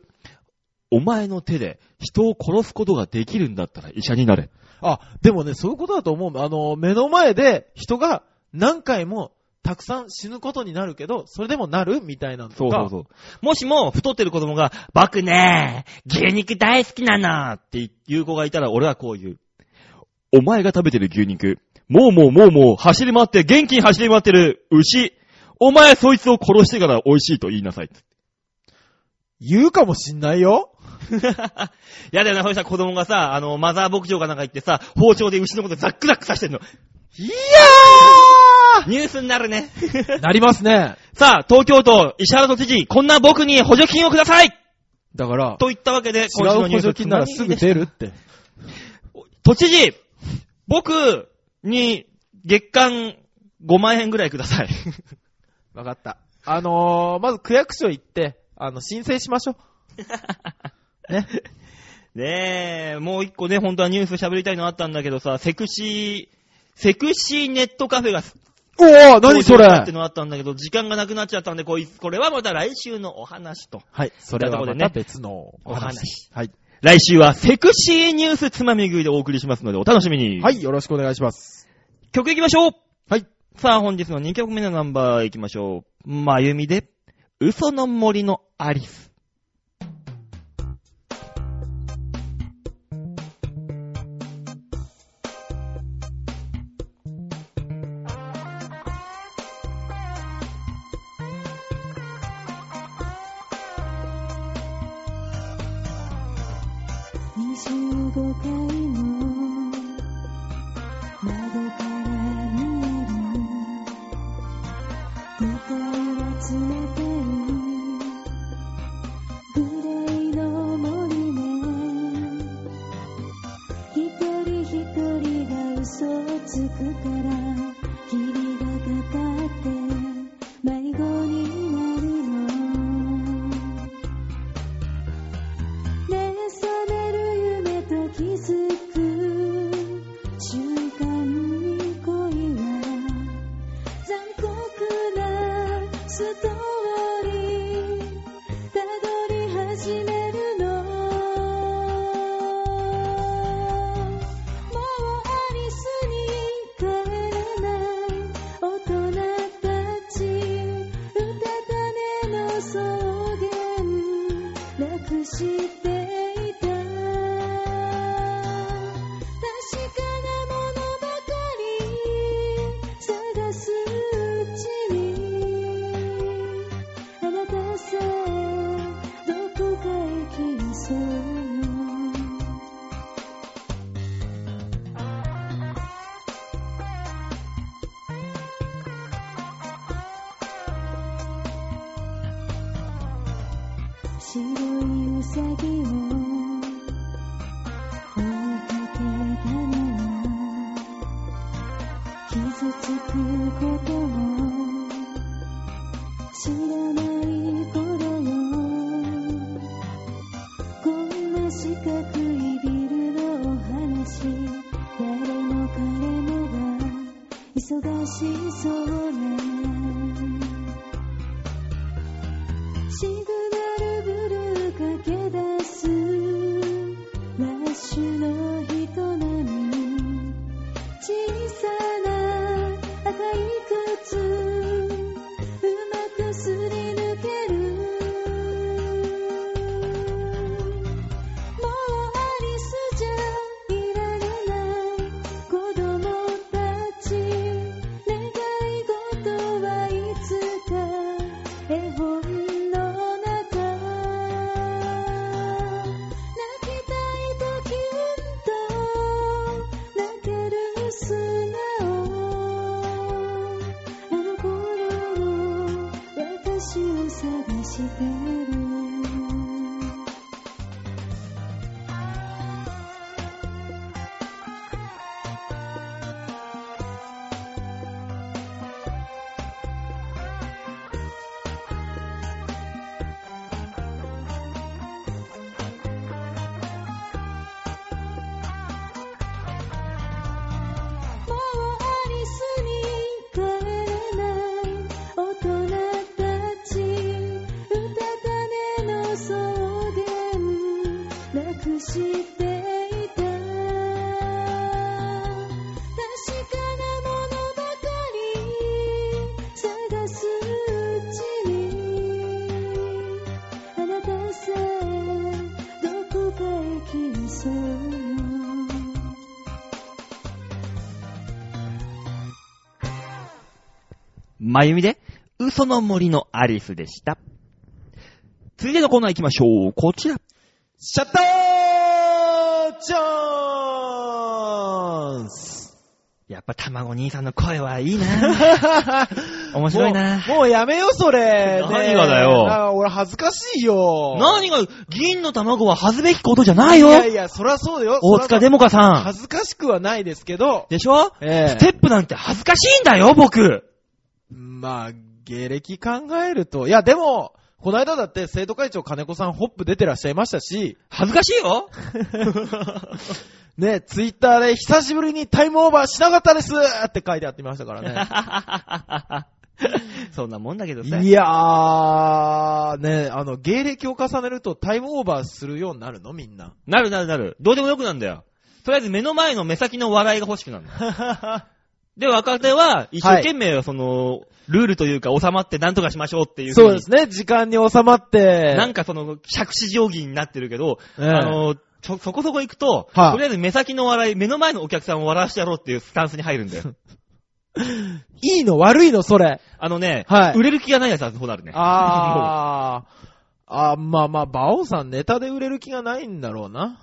お前の手で人を殺すことができるんだったら医者になれ。
あ、でもね、そういうことだと思う。あの、目の前で人が何回もたくさん死ぬことになるけど、それでもなるみたいなのと
そう
か。
そうそう。もしも太ってる子供が、僕ね、牛肉大好きなのっていう子がいたら俺はこういう。お前が食べてる牛肉、もうもうもうもう走り回って、元気に走り回ってる牛、お前そいつを殺してから美味しいと言いなさい。
言うかもしんないよ。
やだよな、そうしたら子供がさ、あの、マザー牧場かなんか行ってさ、包丁で牛のことザックザック刺してんの。
いや
ニュースになるね。
ーなりますね。
さあ、東京都、石原都知事、こんな僕に補助金をください
だから、
といったわけで、
違
今週の
う
ニュ
補
ース
助金ならすぐ出るって。
都知事、僕に月間5万円ぐらいください。
わかった。あのー、まず区役所行って、あの、申請しましょう。
ねえ、もう一個ね、本当はニュース喋りたいのあったんだけどさ、セクシー、セクシーネットカフェが、
おお
ってのあったんだけど、時間がなくなっちゃったんで、こいつ、これはまた来週のお話と。
はい、それはま
という
た
ことで
別の
お
お
話
話。はい。
来週はセクシーニュースつまみ食いでお送りしますので、お楽しみに。。
はいい、よろしくお願いします。
曲行きましょう
はい。
さあ、本日の2曲目のナンバー行きましょう。まゆみで、嘘の森のアリス。
25階の窓から見える向かいは冷たいグレーの森ね一人一人が嘘をつくから霧がかかって迷子になるの目覚める夢と気づく瞬間に恋は残酷なストーリーたどり始めるのもうアリスに帰らない大人たちうたた寝の草原なくしていた確かなものばかり探すうちにあなたさえどこかへ消えそうよ白いウサギを追いかけたのは傷つくことを知らない頃よこんな四角いビルのお話誰も彼もが忙しそうねシグナルブルー駆け出すラッシュの人並み小さな赤い靴うまくすり抜けるもうアリスじゃいられない子供たち願い事はいつか絵本の中泣きたいときうんと泣ける素直あの頃の私を探してるもうアリスに帰れない大人たちうたた寝の草原なくしていた確かなものばかり探すうちにあなたさえどこかへ消えそうよ
まゆみで、嘘の森のアリスでした。続いてのコーナー行きましょう。こちら。
シャッターチャーンス
やっぱ卵兄さんの声はいい な 面白いな
もうもうやめよ、そ れ。ねえ
何がだよ
なんか俺恥ずかしいよ。
何が、銀の卵は恥ずべきことじゃないよ
いやいや、そらそうだよ。
大塚デモカ
そら
さん。
恥ずかしくはないですけど、
でしょ
ええ
ステップなんて恥ずかしいんだよ、僕。
まあ、芸歴考えると、いやでも、この間だって生徒会長金子さんホップ出てらっしゃいました し、
恥ずかしい よ
ね、ツイッターで久しぶりにタイムオーバーしなかったですって書いてあってましたからね。
そんなもんだけどさ。
いやー、ね、あの、芸歴を重ねるとタイムオーバーするようになるのみんな。
なるなるなる。どうでもよくなんだよ。とりあえず目の前の目先の笑いが欲しくなるの。 で、若手は一生懸命、その、ルールというか収まって何とかしましょうっていうふうに
そうですね、時間に収まって。
なんかその、尺子定規になってるけど、
ええ
あの、ちょ、そこそこ行くと、
はい
とりあえず目先の笑い、目の前のお客さんを笑わしてやろうっていうスタンスに入るん だよ。
いいの悪いの それ。
あのね、
はい
売れる気がないやつはそうなるね。
あー。あーまあまあ、バオさんネタで売れる気がないんだろうな。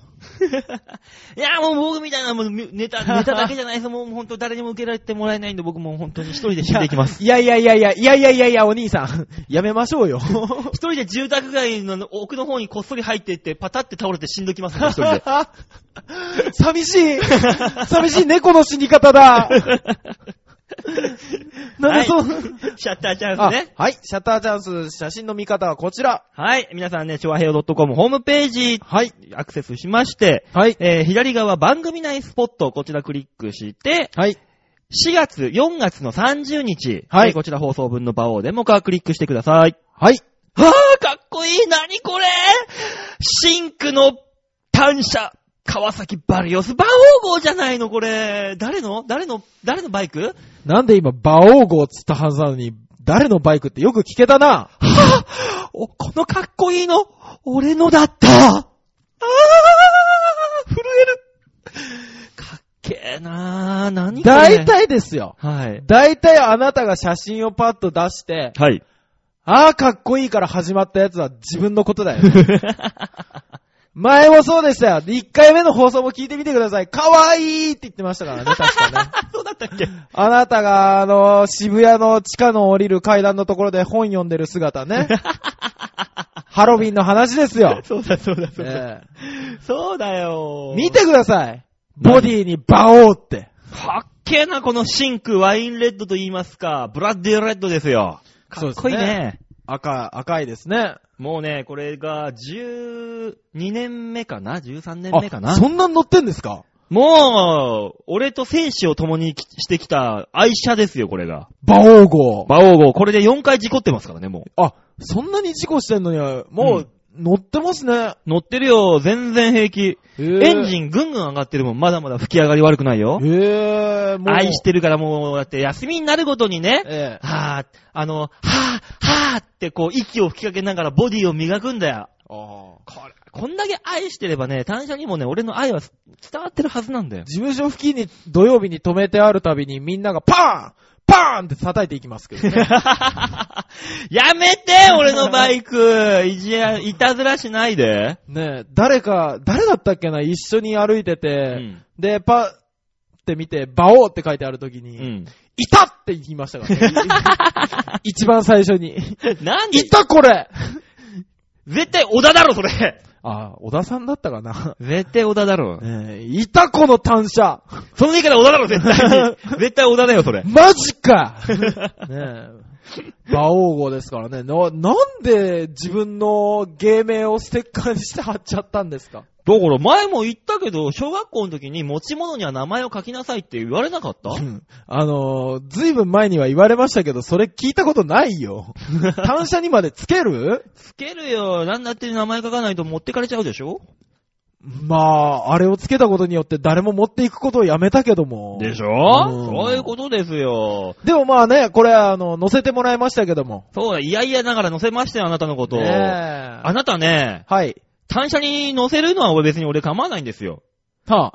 いや、もう僕みたいな、もうネ タ、ネタだけじゃないです。もう本当誰にも受けられてもらえないんで、僕もう本当に一人で死んでいきます。
いやいやいやいや、いやいやいやいや、お兄さん。やめましょうよ。
一人で住宅街の奥の方にこっそり入っていって、パタって倒れて死んどきます ね、一人で。
寂しい。寂しい猫の死に方だ。なんでそう、
シャッターチャン
あ
スね。
はい、シャッターチャンス、写真の見方はこちら。
はい。皆さんね、昭和平和 .com ホームページ、
はい。
アクセスしまして、
はい。
えー左側番組内スポット、こちらクリックして、
はい。
4月、4月の30日、
はい
えーこちら放送分の場をデモかクリックしてください。
はい。
はぁ、かっこいい何これシンクの単車、川崎バリオス、バオー号じゃないのこれ。誰の誰の誰のバイク
なんで今、馬王号つったはずなのに、誰のバイクってよく聞けたな。
はぁおこのかっこいいの、俺のだったあー震えるかっけえなぁ、何これ
大体ですよ。
はい。
大体あなたが写真をパッと出して、
はい。
あーかっこいいから始まったやつは自分のことだよ ね。前もそうでしたよ。1回目の放送も聞いてみてください。かわいいって言ってましたからね、確かね。
そうだったっけ
あなたが、あの、渋谷の地下の降りる階段のところで本読んでる姿 ね。ハロウィンの話ですよ。
そうだそうだそうだ。
え
そうだよ
え見てください。ボディにバオーって。
かっけえな、このシンク、ワインレッドと言いますか、ブラッディレッドですよ。かっこいい
そうです
ね。
赤、赤いですね。
もうね、これが12年目かな ?13 年目か
あ
な
そんなに乗ってんですか
もう、俺と戦士を共にきしてきた愛車ですよ、これが。
バオー号。
馬王号、これで4回事故ってますからね、も
あ、そんなに事故してんのに、もう、乗ってますね。
う。乗ってるよ、全然平気。エンジ
ン。
ンぐんぐん上がってるもん、まだまだ吹き上がり悪くないよ。
ええもう。
愛してるからもう、だって休みになるごとにね、
ええ
はぁ、あの、はぁ、はぁってこう息を吹きかけながらボディを磨くんだよ。
あー
これ、こんだけ愛してればね、単車にもね、俺の愛は伝わってるはずなんだよ。
事務所付近に土曜日に止めてあるたびにみんながパーンパーンって叩いていきますけど ね。
やめて俺のバイクいじや、いたずらしないで。
ねえ、誰か、誰だったっけな一緒に歩いて
う
て、
ん。
で、パって見て、バオーって書いてあるとき
う
に、
ん。
いたって言いました からね。一番最初に。
なんで
いたこれ
絶対小田だろ、それ
あ、小田さんだったか な。
絶対小田だろ。
えーいたこの単車
その言い方小田だろ、絶対 に絶対小田だよ、それ。
マジか ねえ。馬王号ですからね。な、なんで自分の芸名をステッカーにして貼っちゃったんですか
だから前も言ったけど、小学校の時に持ち物には名前を書きなさいって言われなかった
あのー、ずいぶん前には言われましたけど、それ聞いたことない よ。単車にまでつける
つけるよ。なんだって名前書かないと持ってかれちゃうでしょ
まあ、あれをつけたことによって誰も持っていくことをやめたけども。
でしょ
うん
そういうことですよ。
でもまあね、これ、あの、乗せてもらいましたけども。
そうだ、いやいやながら載せましたよ、あなたのことを。
ねえ
あなたね、
はい。
単車に乗せるのは俺別に俺構わないんですよ。
はあ。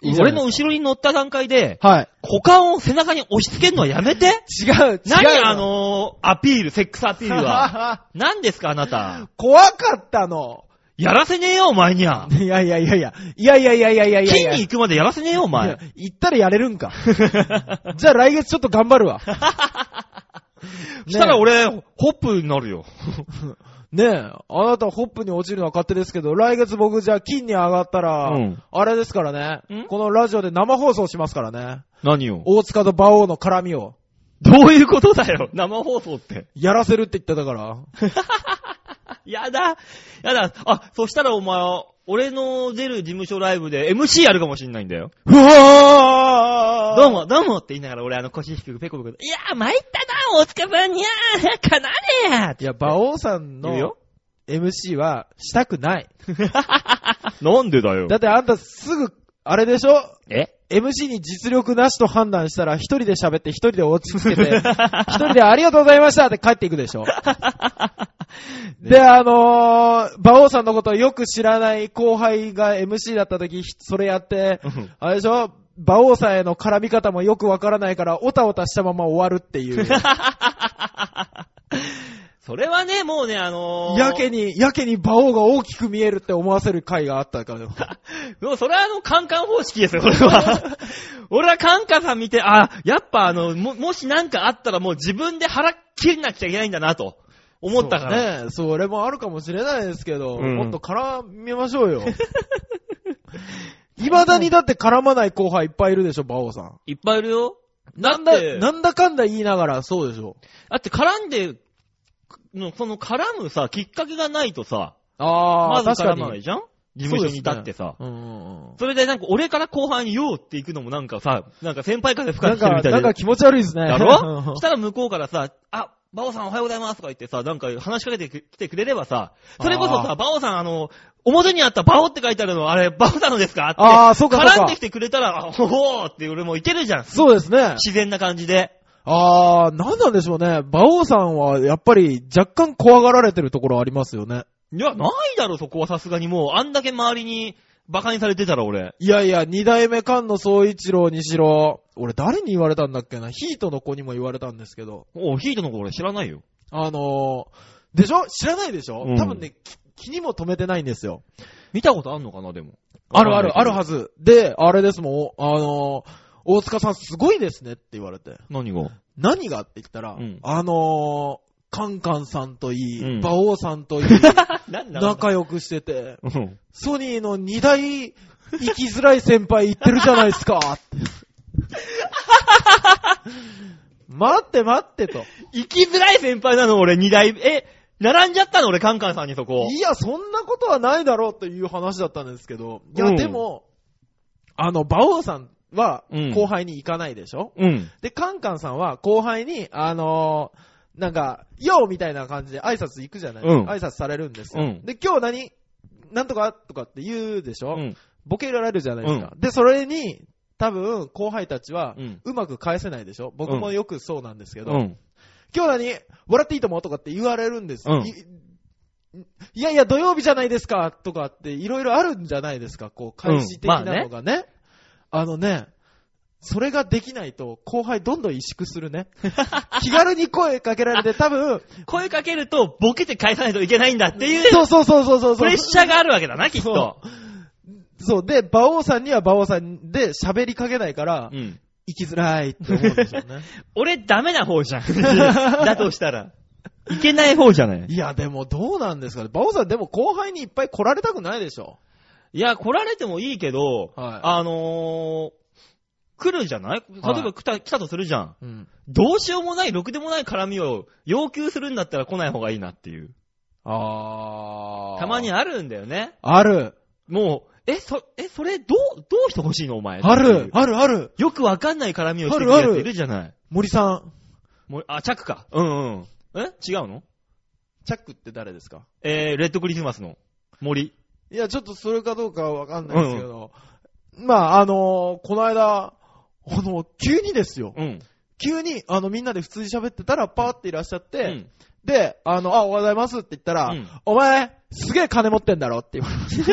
いいじゃ
俺
ないです
の後ろに乗った段階で、
かはい。
股間を背中に押し付けるのはやめて
違う、違う。
何あ、のーアピール、セックスアピール は。 何ですか、あなた。
怖かったの。
やらせねえよ、お前には。
いやいやいやいや。いやいやいやいやいやいやい
金
や。
に行くまでやらせねえよ、お
い
前
や。行ったらやれる んか。じゃあ来月ちょっと頑張るわ。
そしたら俺、ホップになる よ。
ねえ、あなたホップに落ちるのは勝手ですけど、来月僕じゃあ金に上がったら、
うん
あれですからね
ん、
このラジオで生放送しますからね、
何を
大塚と馬王の絡みを。
どういうことだよ、生放送って。
やらせるって言っただから。
やだ、やだ。あ、そしたらお前、俺の出る事務所ライブで MC やるかもしんないんだよ。
うわー
どうも、どうもって言いながら俺あの腰低くペコペコで。いやー、参ったな、大塚さんにゃー、かなれやーって
いや、馬王さん
言う
の
よ
MC はしたく ない。
なんでだよ
だってあんたすぐ、あれでしょ
え
MC に実力なしと判断したら、一人で喋って一人で落ち着けて、 一人でありがとうございましたって帰っていくで しょ。で、あのー、馬王さんのことをよく知らない後輩が MC だった時、ひそれやって
うん、
あれでしょ馬王さんへの絡み方もよくわからないから、おたおたしたまま終わるっ ていう。
それはね、もうね、あのー、
やけに、やけに馬王が大きく見えるって思わせる回があったから。
もうそれはあの、カンカン方式ですよ、俺は。俺はカンカンさん見て、あ、やっぱあの、も、もしなんかあったらもう自分で腹切りなきゃいけないんだなと、思ったから。
そうね、それもあるかもしれないですけど、
うん
もっと絡みましょうよ。 未だにだって絡まない後輩いっぱいいるでしょ、馬王さん。
いっぱいいるよ。だ
なん
っ
だ、
て、だ
なんだかんだ言いながらそうでしょ。
って絡んで、のその絡むさ、きっかけがないとさ、
あ
ま
ー、
ず
確か
絡まない
に。
じゃん事務所にいたってさ。
うんうんうん
それでなんか俺から後輩にようって行くのもなんかさ、なんか先輩風吹か
な
れ
ん
てる
か、
みたい
な
で
んか気持ち悪いですね。
だ
うんう
ろ
ん
したら向こうからさ、あ、バオさんおはようございますとか言ってさ、なんか話しかけてく来てくれればさ、それこそ
あ
さ、バオさんあの、表にあったバオって書いてあるの、あれ、バオさんのですかって、
あー、そうかそう
絡ん
か
でき。てくれたら、あほほーって俺もいけるじゃん。
そうですね。
自然な感じで。
あー、なんなんでしょうね。馬王さんはやっぱり若干怖がられてるところありますよね。
いや、ないだろ、そこはさすがにもう、あんだけ周りに馬鹿にされてたら俺。
いやいや、二代目菅野総一郎にしろ、俺誰に言われたんだっけな、ヒートの子にも言われたんですけど、
おヒートの子俺知らないよ。
あのー、でしょ知らないでしょ、
うん
多分ね、き気にも留めてないんですよ。
見たことあんのかな、でも。
あるある、あるは
ず。
ず。で、あれですもん、あのー、大塚さんすごいですねって言われて。
何が
何がって言ったら、
うん
あのー、カンカンさんといい、
うん
馬王さん といい、
何だろうな
仲良くしてて、
うん。
ソニーの二大生きづらい先輩言ってるじゃないですか って。待って待ってと。
生きづらい先輩なの、俺、二代。え、並んじゃったの、俺、カンカンさんにそこ。
いや、そんなことはないだろうという話だったんですけど。いや、
うん
でも、あの、馬王さんは
うん
後輩に行かないでしょ、
うん。
で、カンカンさんは後輩に、あのーなんか、ようみたいな感じで挨拶行くじゃない、
うん
挨拶されるんですよ。
うん
で、今日何なんとかとかって言うでしょ、
うん。
ボケられるじゃないですか。で、それに、多分、後輩たちは
う、ん。
うまく返せないでしょ僕もよくそうなんですけど、
うん。
今日何笑っていいと思うとかって言われるんです、
うん
いいやいや、土曜日じゃないですかとかって、いろいろあるんじゃないですかこう、開始的なのがね,、あ。のね、それができないと、後輩どんどん萎縮するね。 気軽に声かけられて、多分、
声かけると、ボケて返さないといけないんだっていう、
そうそうそうそうそうそう。
プレッシャーがあるわけだな、きっと。
そう。で、馬王さんには馬王さんで喋りかけないから
う、ん。
生きづらいって思うんでしょうね。
俺、ダメな方じゃん。 だとしたら。いけない方じゃない。
いや、でもどうなんですかね。バオさん、でも後輩にいっぱい来られたくないでしょ。
いや、来られてもいいけど、
はい
あのー、来るじゃない例え
はい
ば来た、来たとするじゃん。
うん。
どうしようもない、ろくでもない絡みを要求するんだったら来ない方がいいなっていう。
あ
たまに
あ
あるんだよね。
ある。
もう、え、そ、え、それ、どう、どうしてほしいのお前。
あ
ってい
る
う。
あるある。
よくわかんない絡みをしてくるや
あるあ
つ
る
いるじゃない。
森さん。
もう、あ、チャックか。うんうん。え違うの
チャックって誰ですか
えー、レッドクリスマスの森。
いや、ちょっとそれかどうかはわかんないですけど。まあ、あのーこの間、あの、急にですよ。
うん。
急に、あの、みんなで普通に喋ってたら、パーっていらっしゃっ
う
て、
ん。
で、あの、あ、おはようございますって言ったら、
うん
お前、すげえ金持ってんだろって言われまし
い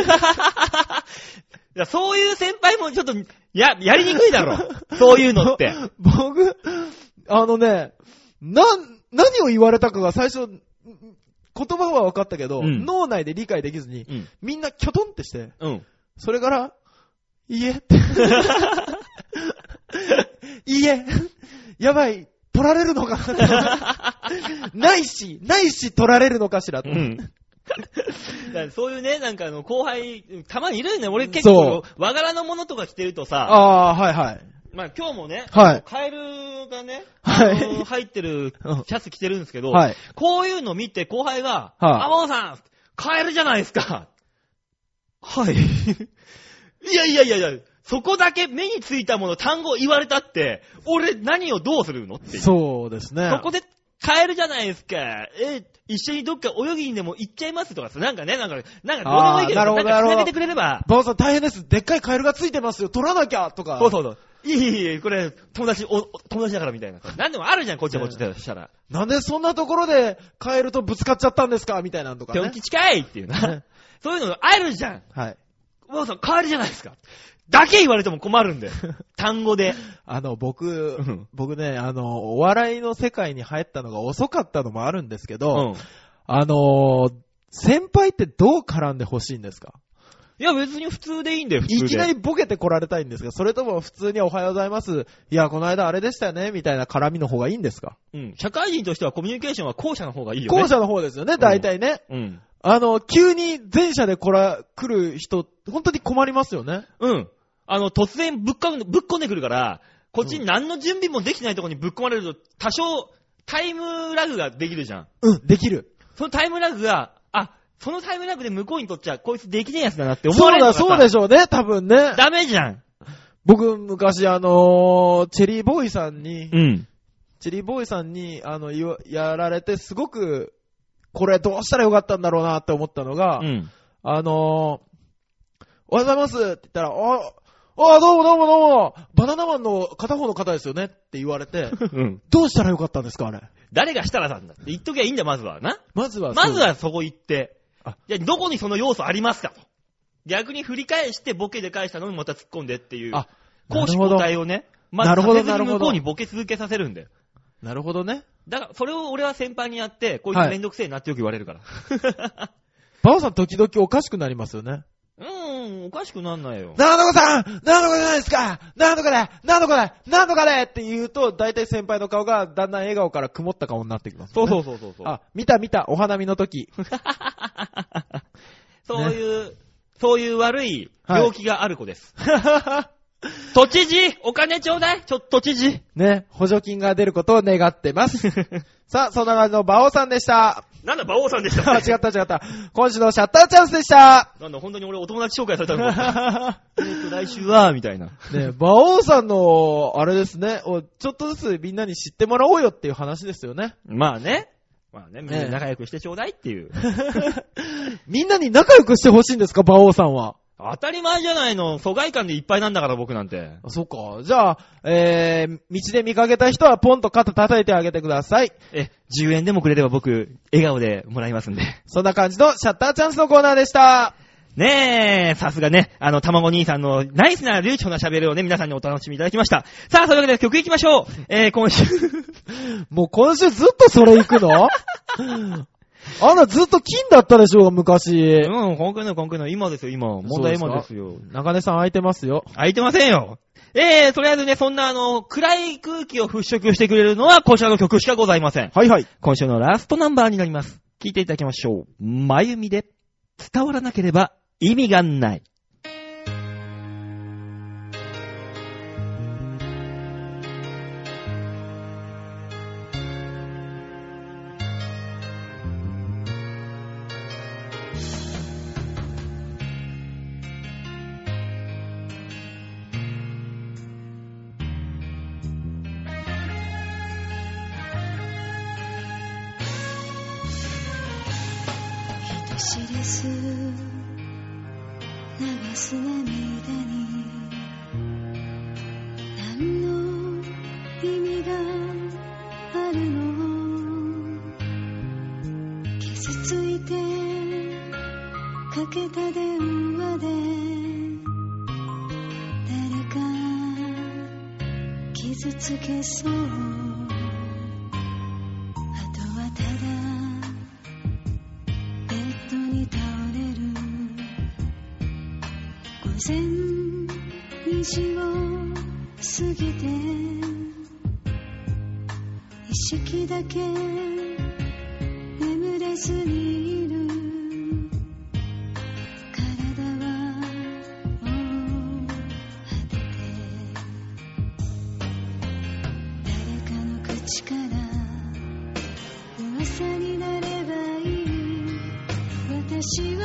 や、そういう先輩もちょっと、や、やりにくいだ ろ。そういうのって。
た。 僕、あのね、なん、何を言われたかが最初、ん言葉は分かったけど、
うん
脳内で理解できずに、
うん。
みんなキョトンってして、
うん。
それから、いいえって。 いいえ、やばい、取られるのかな ないし、ないし取られるのかしら と。
うん。だからそういうね、なんかあの、後輩、たまにいるよね。俺結構、和柄のものとか着てるとさ、
ああ、はいはい。
まあ今日もね、
はい
カエルがね、
はい
あの入ってる
うん
シャツ着てるんですけど、
はい。
こういうの見て後輩が、
はい
あ、モンさん、カエルじゃないですか。 はい。いやいやいやいや、そこだけ目についたもの、単語言われたって、俺何をどうするのっていう。そ
そうですね。
こで、カエルじゃないですか。え、一緒にどっか泳ぎにでも行っちゃいますとかさ、なんかね、なんか、なんかどうでもいいけど、
あーなる
なん
ほど
かつ
なる
な
ほ
げ
ど
てくれれば。
バオさん大変です。でっかいカエルがついてますよ。取らなきゃと か。
そうそうそう。いいいいいい、これ、友達、お、お友達だからみたいな。なんでもあるじゃん、こっちはこっちでしたら。
なんでそんなところでカエルとぶつかっちゃったんですかみたいなのとか
手
ね
置。き近いっていうな。そういうのあるじゃん。
はい。
もうさ、代わりじゃないですか。だけ言われても困るん で。単語で。
あの、僕
うん、
僕ね、あの、お笑いの世界に入ったのが遅かったのもあるんですけど、
ん。
あのー、先輩ってどう絡んでほしいんですか
いや、別に普通でいいんだよ、普通で。
いきなりボケて来られたいんですかそれとも普通におはようございます。いや、この間あれでしたよねみたいな絡みの方がいいんですか
うん。社会人としてはコミュニケーションは後者の方がいいよね。
後。者の方ですよね、大体ね。
うん。
あの、急に前者で来ら、来る人、本当に困りますよね。
うん。あの、突然ぶっかん、ぶっこんでくるから、こっちに何の準備もできてないところにぶっ込まれると、多少、タイムラグができるじゃん。
うん、できる。
そのタイムラグが、あ、そのタイムラグで向こうにとっちゃ、こいつできねえやつだなって思
そ
わ
う
れる
だ、
のが
そうで
し
しょうね、多分ね。
ダメじゃん。
僕、昔、あのーチェリーボーイさん
う
に、
ん。
チェリーボーイさんに、あの、言わやられて、すごく、これどうしたらよかったんだろうなって思ったのが、
うん。
あのー、おはようございますって言ったら、あ、あ、どうもどうもどうも、バナナマンの片方の方ですよねって言わ れて、
うん。
どうしたらよかったんですか、あれ。
誰がしたらなんだって言っときゃいいんだよ、まずは。な。
まずは、
まず、はそこ行って
あ、
じゃあどこにその要素ありますかと。逆に振り返してボケで返したのにまた突っ込んでっていう。
あ、
公
なる
私
ほ
交
ど。
代をね、まず
なるほど
立てずに
なる
向
ほど
こうにボケ続けさせるんだよ。
なるほどね。
だから、それを俺は先輩にやって、こいつ
はい
めんどくせえなってよく言われるから。
バオさん時々おかしくなりますよね。
うーん、おかしくなんないよ。
なんとかさんなんとかじゃないですかなんとかでなんとかでなんとかでって言うと、大体先輩の顔がだんだん笑顔から曇った顔になってきます、
そうそううそうそうそう。
あ、見た見た、お花見 の時。
そういう、そういう悪い
はい
病気がある子です。都知事お金ちょうだいちょ、都知事
ね、補助金が出ることを願っ てます。さあ、そんな感じの馬王さんでした。
なんだ、馬王さんでし
あ、
た。
違った違った。今週のシャッターチャンスでした。
なんだ、本当に俺お友達紹介されたの かえっと、来週は、みたいな。
ね、馬王さんの、あれですね、をちょっとずつみんなに知ってもらおうよっていう話です よね。
まあね。まあね、みん
え
な
え
仲良くしてちょうだいっていう。
みんなに仲良くしてほしいんですか、馬王さんは。
当たり前じゃないの。疎外感でいっぱいなんだから、僕なんて。
あそっか。じゃあ、えー、道で見かけた人はポンと肩叩いてあげてください。
え、10円でもくれれば僕、笑顔でもらいますんで。
そんな感じのシャッターチャンスのコーナーでした。
ねえ、さすがね、あの、卵兄さんのナイスな流暢な喋りをね、皆さんにお楽しみいただきました。さあ、そういうわけで曲行きましょう。えー、今週。
もう今週ずっとそれ行く のあんなずっと金だったでしょうが、昔。
うん、コンクールのコンクールの今ですよ、今。問題今ですよ。
中根さん空いてますよ。
空いてませんよ。えー、とりあえずね、そんなあの、暗い空気を払拭してくれるのはこちらの曲しかございません。
はいはい。
今週のラストナンバーになります。聴いていただきましょう。まゆみで、伝わらなければ意味がない。
年です流す涙に何の意味があるの傷ついてかけた電話で誰か傷つけそうあとはただベッドに倒れる午前2時を過ぎて意識だけ眠れずにいる体はもう果てて力噂になればいい私は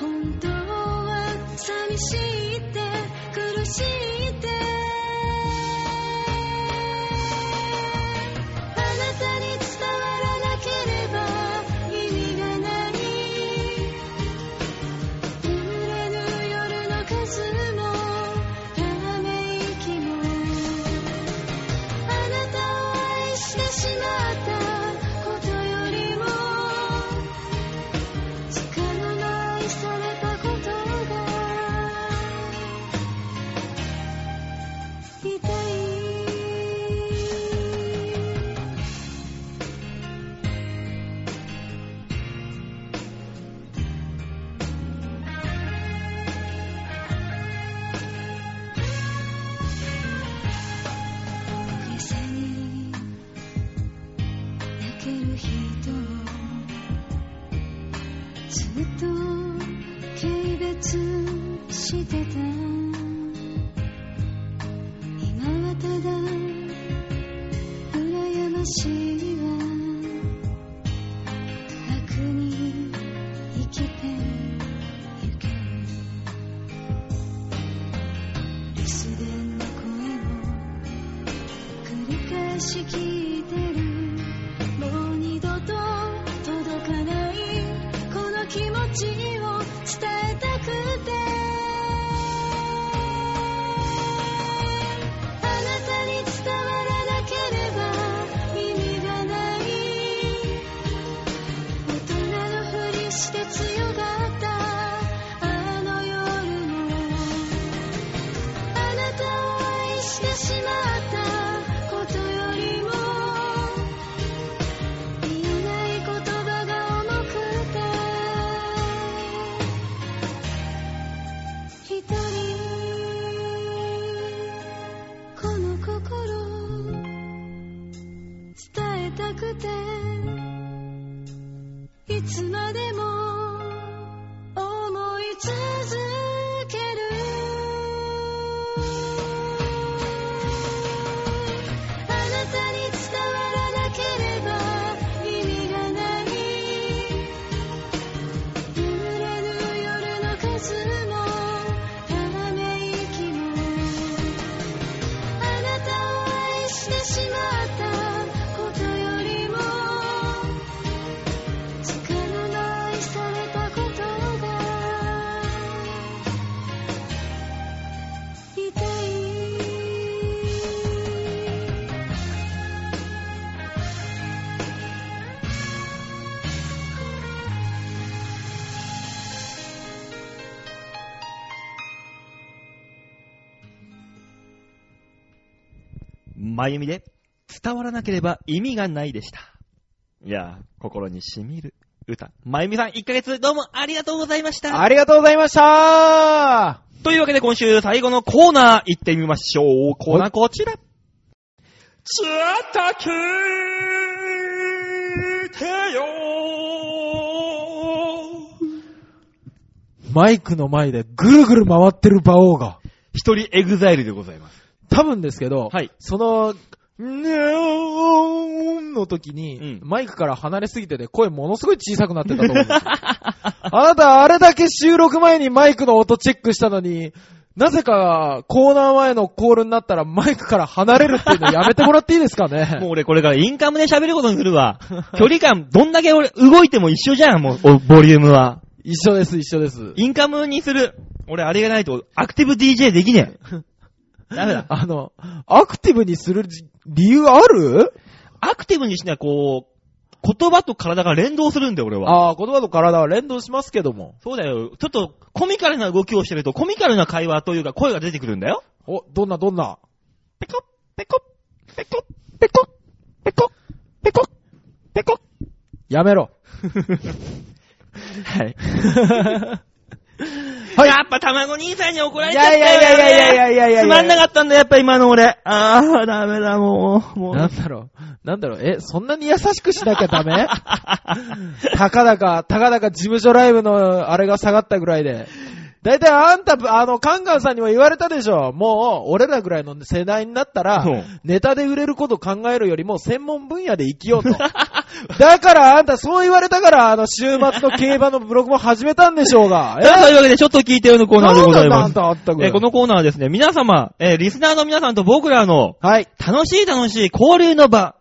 本当は寂しいって苦しいってあなたに伝わらなければ意味がない眠れぬ夜の数もため息もあなたを愛してしまったことよりも力の愛されたことが痛い風に泣ける人をずっと軽蔑してた今はただ羨ましいわ楽に生きてゆける留守電の声も繰り返し聞いてるもう二度と届かないこの気持ちを伝えたくてあなたに伝わらなければ意味がない大人のふりして強がったあの夜もあなたを愛してしまったことよりも言えない言葉が重くて一人この心伝えたくていつまでも思い続けるあなたに伝わらなければ意味がない眠れぬ夜の数もため息もあなたを愛してしまったことよりも力の愛されたことが痛い
まゆみで、伝わらなければ意味がないでした。いやー、心に染みる歌。まゆみさん、1ヶ月どうもありがとうございました。
ありがとうございました
というわけで今週最後のコーナー行ってみましょう。コーナーこちら。つたきてよ
マイクの前でぐるぐる回ってる馬王が、
一人エグザイルでございます。
多分ですけど、
はい
その、ねおーんの時に、
うん
マイクから離れすぎてて声ものすごい小さくなってたと思うんですよ。 あなたあれだけ収録前にマイクの音チェックしたのに、なぜかコーナー前のコールになったらマイクから離れるっていうのやめてもらっていいですかね。
もう俺これからインカムで喋ることにする わ。距離感、どんだけ俺動いても一緒じゃん、もう、おボリュームは。
一緒です、一緒です。
インカムにする。俺あれがないとアクティブ DJ できね え。ダメだ。
あの、アクティブにするじ理由ある
アクティブにしなこう、言葉と体が連動するんだよ、俺は。
ああ、言葉と体は連動しますけども。
そうだよ。ちょっと、コミカルな動きをしてると、コミカルな会話というか声が出てくるんだよ。
お、どんなどんな
ペコッ、ペコッ、ペコッ、ペコッ、ペコッ、ペコッ、ペコッ。
やめろ。
はい。
はい
やっぱ卵兄さんに怒られ
い
ちゃった
や
よ、ね。
いやいやいやいやいやいやいや
つまんなかったんだ、やっぱ今の俺。あー、ダメだ、もう。もう。
なんだろう、なんだろう、え、そんなに優しくしなきゃダメたかだか、たかだか事務所ライブのあれが下がったぐらいで。だいたいあんた、あの、カンカンさんにも言われたでしょ。もう、俺らぐらいの世代になったら
うん、
ネタで売れること考えるよりも、専門分野で生きようと。だからあんた、そう言われたから、あの、週末の競馬のブログも始めたんでしょうが。
さあ、というわけで、ちょっと聞いてよのコーナーでございます
なん。だあんた、あったく。
えーこのコーナーはですね、皆様、えーリスナーの皆さんと僕らの
はい。
楽しい楽しい交流の場、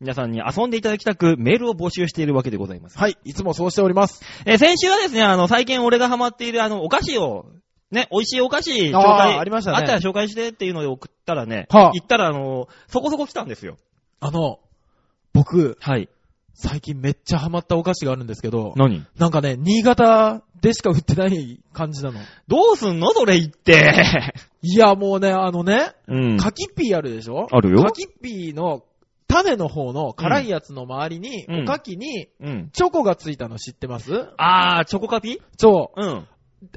皆さんに遊んでいただきたくメールを募集しているわけでございます。
はい。いつもそうしております。
えー先週はですね、あの、最近俺がハマっているあの、お菓子を、ね、美味しいお菓子紹介、
あーありましたね
ったら紹介してっていうので送ったらね、
はあ
行ったらあの、そこそこ来たんですよ。
あの、僕、
はい。
最近めっちゃハマったお菓子があるんですけど、
何
なんかね、新潟でしか売ってない感じなの。
どうすんのそれ行って。
いや、もうね、あのね、
うん。
カキピーあるでしょ
あるよ
カキピーの種の方の辛いやつの周りに、
うん
おかきに
うん。
チョコがついたの知ってます
あー、チョコカピ
そう。
うん。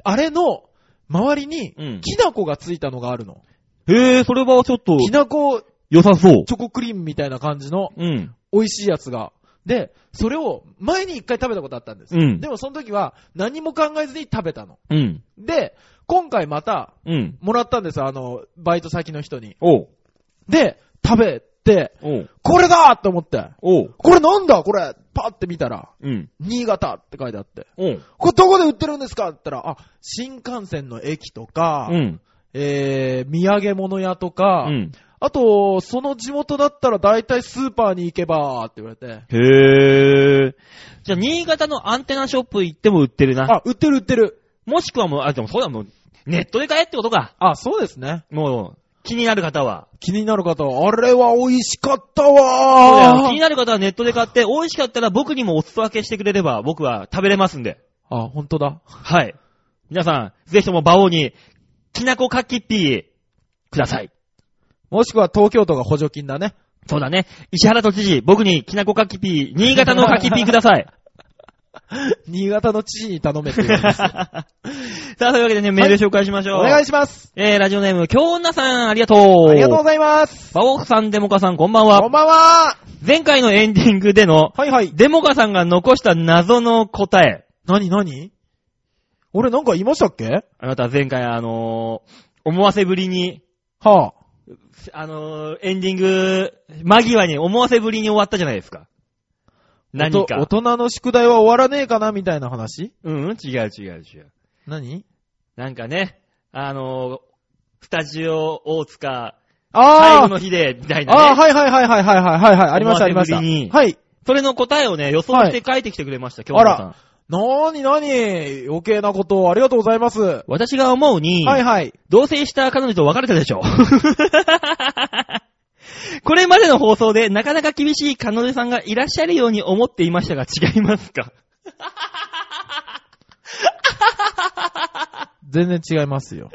あれの周りに、
うん。
きな粉がついたのがあるの。
へー、それはちょっと、
きな粉
良さそう。
チョコクリームみたいな感じの
うん。
美味しいやつが。で、それを前に一回食べたことあったんです。
うん
でもその時は何も考えずに食べたの。
うん。
で、今回また
うん。
もらったんですあの、バイト先の人に。
おう。
で、食べて、
おう。
これだと思って。
おう。
これなんだこれパって見たら、
うん。
新潟って書いてあって。
おう。
これどこで売ってるんですかって言ったら、あ、新幹線の駅とか、
うん。
えー、土産物屋と
う
か、
ん。
あと、その地元だったら大体スーパーに行けば、って言われて。
へー。じゃあ、新潟のアンテナショップ行っても売ってるな。
あ、売ってる売ってる。
もしくはもう、あ、でもそうだ、もう、ネットで買えってことか。
あ、そうですね。
もう、気になる方は。
気になる方は、あれは美味しかった
そうだよ
わ
気に
ー
なる方はネットで買って、美味しかったら僕にもお裾分けしてくれれば、僕は食べれますんで。
あ、本当だ。
はい。皆さん、ぜひとも馬王に、きなこかきピー、ください。
もしくは東京都が補助金だ ね。
そうだね。石原都知事、僕にきなこかきピー、新潟のかきピーくだ さい。
新潟の知事に頼めって言 われます。
さあ、というわけでね、メール紹介しましょう。
お願いします。
えー、ラジオネーム、京女さん、ありがとう。
ありがとうございます。
バオさん、デモカさん、こんばん
こ
は
ん。ばんは。
前回のエンディングでの、
はいはい。
デモカさんが残した謎の答え。
なになに俺なんか言いましたっけ
あなた前回、あのー、思わせぶりに、
は
あのー、エンディング、間際に思わせぶりに終わったじゃないですか。
ぁ、
何
お
か。
と大人の宿題は終わらねえかなみたいな話
うん、違う違う違う。
何
なんかね、あのー、スタジオ大塚、最
あ
後
ー
の日で、みたいなね。
あー、はいはいはいはいはいはいはいはい。ありましたあり
思わせ
ま
ぶりに
した。はい。
それの答えをね、予想して書いてきてくれました、京
あ
女
ら
さん。
なーになに余計なことをありがとうございます。は
私が思うに、
いはい。
同棲した彼女と別れたでしょ。 これまでの放送でなかなか厳しい彼女さんがいらっしゃるように思っていましたが違いますか
全然違いますよ。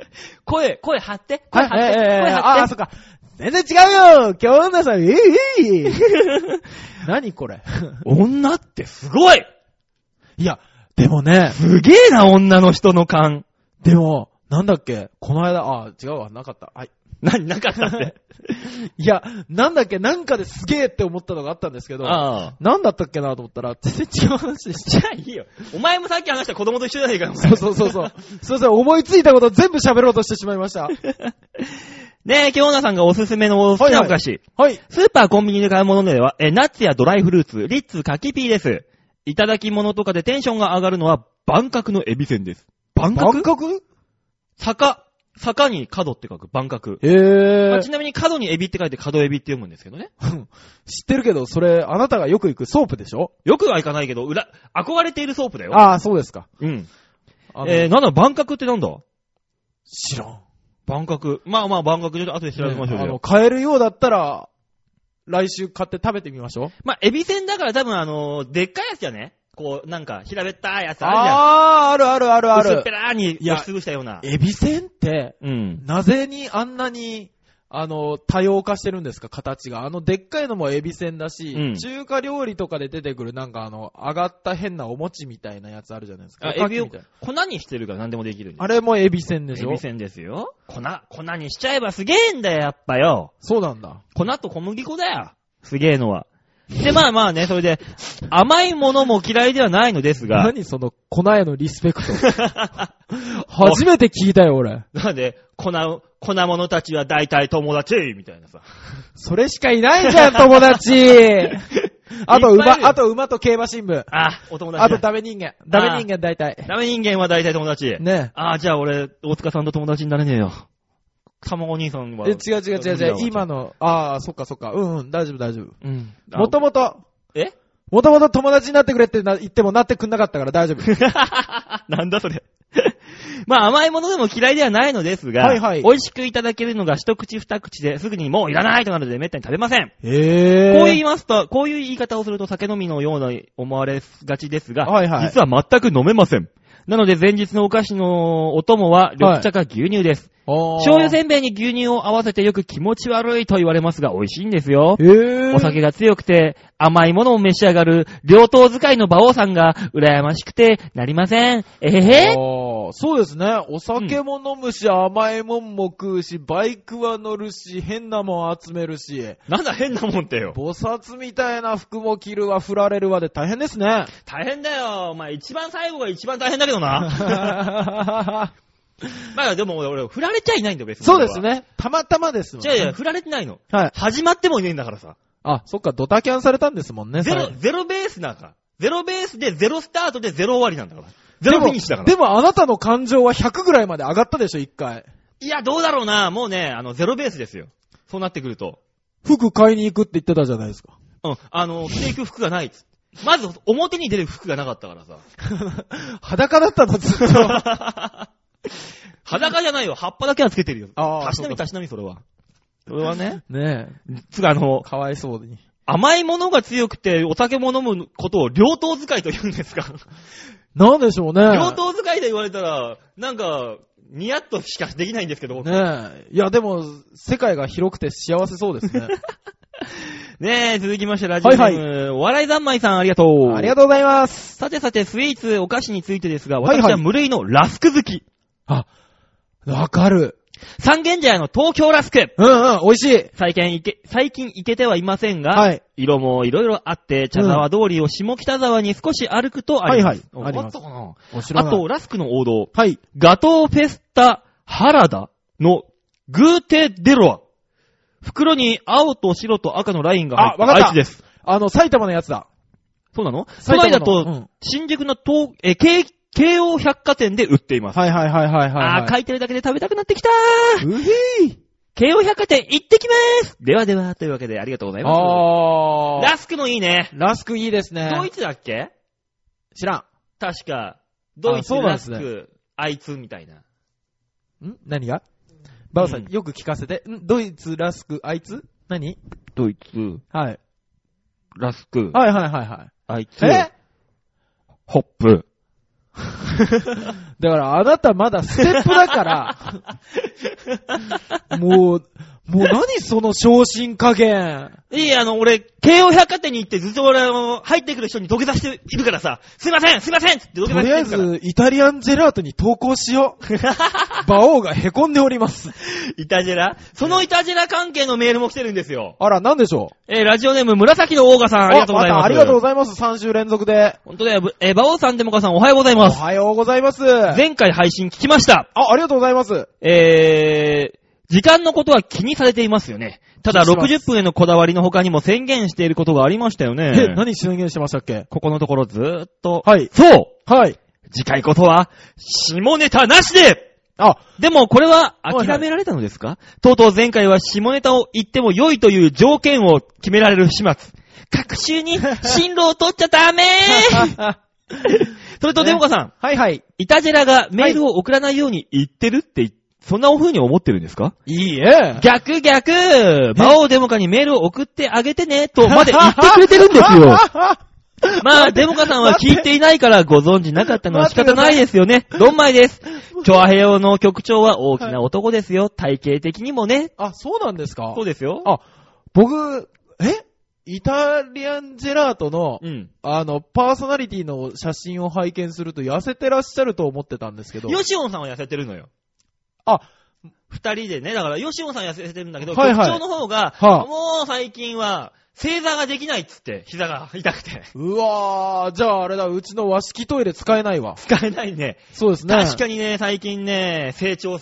声、声張って、
は
声
い
張って、
ええええ
声
あ
張
あ、
っ。
そってか。全然違うよ今日女さん、えいえい 何これ
女ってすごい
いや、でもね、
すげえな、女の人の感。
でも、なんだっけこの間、ああ、違うわ、なかった。はい。
何、なかった って。
いや、なんだっけなんかですげえって思ったのがあったんですけど、
ああ。
なんだったっけなと思ったら、全然違う話で し
じゃあいいよ。お前もさっき話した子供と一緒じゃないか。お
た。
前
そうそうそうそう。すいません、思いついたこと全部喋ろうとしてしまい ました。
ねえ、京奈さんがおすすめの好きなお菓子。
はい。
スーパーコンビニで買うものでは、えー、ナッツやドライフルーツ、リッツ、柿ピーです。いただき物とかでテンションが上がるのは、万角のエビせんです。万
万
角
角
坂。坂に角って書く、万角。
え
まあ
え
ちなみに角にエビって書いて角エビって読むんですけどね。
知ってるけど、それ、あなたがよく行くソープでしょ
よくはいかないけど、裏、憧れているソープだよ。
ああ、そうですか。
うん。
あの
えー、なんだ、万角ってなんだ
知らん。
万角。まあまあ、万角で後で調べましょう
あ
よ
の、。買えるようだったら、来週買って食べてみましょう。
まあ、エビせんだから多分あのーでっかいやつじゃねこう、なんか、平べったいやつある
ああ、あるあるある
じゃん。
あ
薄っぺ
る。
らーに押しつぶしたような。
エビせんって、
うん。
なぜにあんなに、あの、多様化してるんですか、形が。あの、でっかいのもエビせんだし、
うん
中華料理とかで出てくるなんかあの、揚がった変なお餅みたいなやつあるじゃないですか。
あ
おか
エ
き
ビを
みたいな
粉にしてるから何でもできるんです
あれもエビせんでし
エ
ょ
ビせんですよ。粉、粉にしちゃえばすげえんだよ、やっぱよ。
そうなんだ。
粉と小麦粉だよ。すげえのは。で、まあまあね、それで、甘いものも嫌いではないのですが、
何その、粉へのリスペクト。初めて聞いたよ、俺。
なんで、粉、粉物たちは大体友達みたいなさ。
それしかいないじ ゃん、友達あと
いっぱいい
馬、
るよ
あと馬と競馬新聞。
あ、お友達だ
あとダメ人間。ダメ人間大体。
ダメ人間は大体友達。
ね
ああ、じゃあ俺、大塚さんと友達になれねえよ。卵お兄さんは。
え。違う違う違う違う。今の、ああ、そっかそっか。うんうん、大丈夫大丈夫。
うん。
もともと、
え
もともと友達になってくれってな言ってもなってくんなかったから大丈夫。
なんだそれ。まあ甘いものでも嫌いではないのですが、
はいはい
美味しくいただけるのが一口二口ですぐにもういらないとなるのでめったに食べません。
え
こう言いますと、こういう言い方をすると酒飲みのような思われがちですが、
はいはい
実は全く飲めません。なので前日のお菓子のお供は緑茶か牛乳です。醤油せんべいに牛乳を合わせてよく気持ち悪いと言われますが美味しいんですよ。
えー、
お酒が強くて甘いものを召し上がる両党使いの馬王さんが羨ましくてなりません。えへへ。
あーそうですね。お酒も飲むし、甘いもんも食うし、バイクは乗るし、変なもん集めるし、
なんだ変なもんってよ。
菩薩みたいな服も着るわ、振られるわで大変です ね。
大変だよ。お前一番最後が一番大変だけど な。まあでも俺、振られちゃいないんだよ別に。
そうです。ね。たまたまですもん
違う違う、振られてないの。
はい。
始まってもいねえんだからさ。
あ、そっか、ドタキャンされたんですもんね。
ゼロ
それ、
ゼロベースなんか。ゼロベースでゼロスタートでゼロ終わりなんだから。ゼロフィニッシュだから。
でも、でもあなたの感情は100ぐらいまで上がったでしょ、一回。
いや、どうだろうな。もうね、あの、ゼロベースですよ。そうなってくると。
服買いに行くって言ってたじゃないですか。
うん。あの、着ていく服がないっつって。まず、表に出る服がなかったからさ。
裸だったの、ずっ と。
裸じゃないよ。葉っぱだけはつけてるよ。
あー
たしなみ
そうか
たしなみ、それは。それはね。
ね
つうか、あの
え、、かわいそうに。
甘いものが強くてお酒も飲むことを両頭使いと言うんですか
なんでしょうね。
両頭使いで言われたら、なんか、ニヤッとしかできないんですけど、ね
ねえ。いや、でも、世界が広くて幸せそう ですね。
え、続きましてラジオネーム、お笑い三昧さんありがとう。
ありがとうございます。
さてさて、スイーツ、お菓子についてですが、
はいはい
私は無類のラスク好き。
わかる。
三軒茶屋の東京ラスク。
うんうん、美味しい。
最近いけ、最近いけてはいませんが、
はい。
色もいろいろあって、茶沢通りを下北沢に少し歩くとあります。
はいはい
わかったかな
お城
あと、、ラスクの王道。
はい。
ガトーフェスタ原田のグーテデロア。袋に青と白と赤のラインが入った
あわかった
愛知です。
あの、埼玉のやつだ。
そうなのそ
埼
の
玉の
間と、
うん
新宿の東、えー、京京王百貨店で売っています。
はいはいはいはいはい。
あー、書いてるだけで食べたくなってきたー
うひー
京王百貨店行ってきまーすではでは、というわけでありがとうございま
あ
す。
ー。
ラスクもいいね。
ラスクいいですね。
ドイツだっけ
知ら
確か。ドイツ、
そうなん
ラ
で
ス
すね
ク、あいつみたいな。
ん。ん何がバオさん、
うん
よく聞かせて。んドイツ、ラスク、あいつ何
ドイツ、
はい。
ラスク、
はいはいはいは
あいつ
い。え
ホップ。
だから、あなたまだステップだ から。もう、もう何その昇進加減。
いい、あの、俺、京王百貨店に行ってずっと俺、あの入ってくる人に土下座しているからさ、すいませんすいませんって土下
と
座
りあえ
してるから。
ず、イタリアンジェラートに投稿しよう。馬王が凹んでおります。
イタジェラそのイタジェラ関係のメールも来てるんですよ。
あら、なんでしょう
えーラジオネーム、紫のオーガさん、ありがとうございます。
あたありがとうございます。3週連続で。
本当だよ、ぶえー、バオさん、デモカさん、おはようござい
お
ます。
はようございます。あ、
前回配信聞きました。
ありがとうございます。
えー、時間のことは気にされていますよね。ただ、
気にします
60分へのこだわりの他にも宣言していることがありましたよ
え、
ね。
何宣言してましたっけ
ここのところずーっと。
はい。
そう
はい。
次回こそは、下ネタなしで
あ、
でもこれは諦められたのですか、とうとう前回は下ネタを言っても良いという条件を決められる始末。各週に進路を取っちゃダメ それとデモカさん、
はいはい。
イタジェラがメールを送らないように言ってるって、そんな風に思ってるんですか
いいえ。
逆逆魔王デモカにメールを送ってあげてねとまで言ってくれてるんですよまあ、デモカさんは聞いていないからご存知なかったのは仕方ないですよね。ドンマイです。チョアヘヨの局長は大きな男ですよ。体型的にもね。
あ、そうなんですか
そうですよ。
あ、僕、えイタリアンジェラートの、
うん。
あの、パーソナリティの写真を拝見すると痩せてらっしゃると思ってたんですけど。
ヨシオンさんは痩せてるのよ。
あ、
二人でね。だから、ヨシオンさんは痩せてるんだけど、
はいはい
局長の方が、
はあ
もう最近は、正座ができないっつって、膝が痛くて。
うわー、じゃああれだ、うちの和式トイレ使えないわ。
使えないね。
そうですね。
確かにね、最近ね、成長、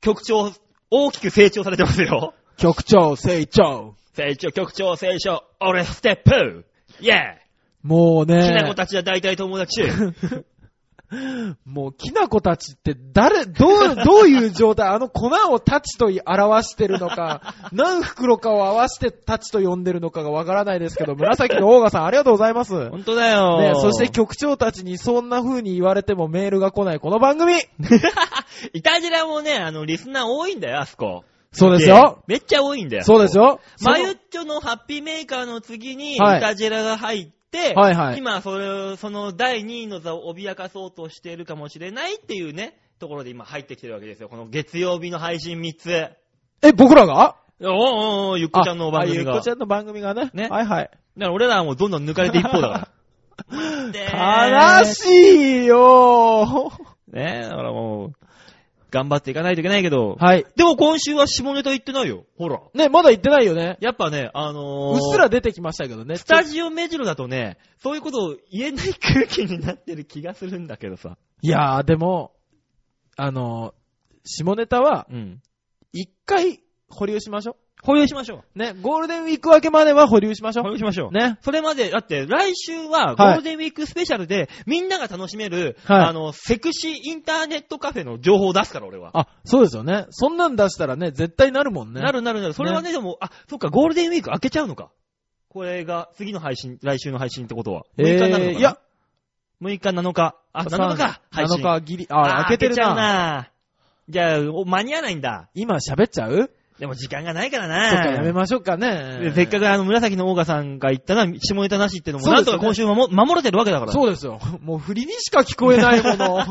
局長、大きく成長されてますよ。
局長、成長。
成長、局長、成長、俺、ステップイェー
もう
イきなこ
ね、
たちは大体友 達。
もうきなこたちって誰、どう、 どういう状態、あの粉をタチと表してるの か、何袋かを合わせてタチと呼んでるのかがわからないですけど、紫のオーガさんありがとうございます。
ほんとだよ、
ね、そして局長たちにそんな風に言われてもメールが来ないこの番組
イタジラもね、あの、リスナー多いんだよ、あそこ。
そうですよ。
めっちゃ多いんだよ。
そうです
よ。
よ。
マユッチョのハッピーメーカーの次に、イ
はい
タジラが入って、
はいはい
今、それ、その第2位の座を脅かそうとしているかもしれないっていうね、ところで今入ってきてるわけですよ。この月曜日の配信3つ。
え、僕らが
おーおーおーゆっこちゃんの番組
あゆっ
が。
こちゃんの番組がね。
ね
はいはい。
だから俺らはもうどんどん抜かれていく方だから。で
悲しいよ
ねえ、だからもう、頑張っていかないといけないけど。
はい。
でも今週は下ネタ言ってないよ。ほら。
ね、まだ言ってないよね。
やっぱね、あのー、
うっすら出てきましたけどね。
スタジオ目白だとね、そういうことを言えない空気になってる気がするんだけどさ。
いやー、でも、あのー、下ネタは、
うん。
一回保留しましょ
保留しましょ
う。ね、ゴールデンウィーク明けまでは保留しまし
う。
ょ
保留しましょう。
う。ね。
それまで、だって来週はゴールデンウィークスペシャルで、みんなが楽しめる、
はい
あの、セクシーインターネットカフェの情報を出すから俺は。
あ、そうですよね。そんなん出したらね、絶対なるもんね。
なるなるなる。それはね、でも、あ、そっか、ゴールデンウィーク開けちゃうのか。これが、次の配信、来週の配信ってことは。
え
6日
ー
になるのかな、
いや、
6日、7日。あ、7日か。配信。
7日ギリ、あ、開けてる
ちゃう
な。
な。じゃあ、お間に合わないんだ。
今喋っちゃう
でも時間がないから
そ
な。
っか、やめましょうかね
で。せっか
く。
くあの、紫のオーガさんが言ったな、下ネタなしってのも、
そう
な
で
ん
すよ
と
ね
か今週守守れてるわけだから。
そうですよ。もう振りにしか聞こえない もの。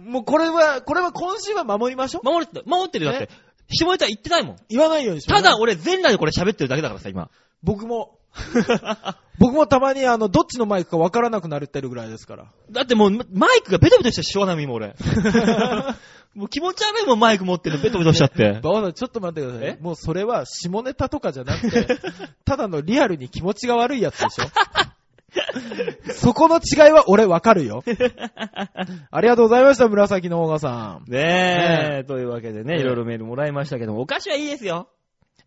もうこれは、これは今週は守りましょう。
守れてる、守ってるよだって。下ネタ言ってないもん。
言わないようにしよう
た
ね
だ、俺全裸でこれ喋ってるだけだからさ、 今。
僕も、僕もたまにあの、どっちのマイクかわからなくなるってるぐらいですから。
だってもう、マイクがベトベトしてしょうがないもん、今俺。 もう気持ち悪いもん、マイク持ってるのベトベトしちゃ って。
バオさん、ちょっと待ってください
え。
もうそれは下ネタとかじゃなくて、 ただのリアルに気持ちが悪いやつでしょ そこの違いは俺わかるよ。ありがとうございました、紫のオーガさん。
ね
ね
え、というわけでね、
ええ
いろいろメールもらいましたけども、お菓子はいいですよ。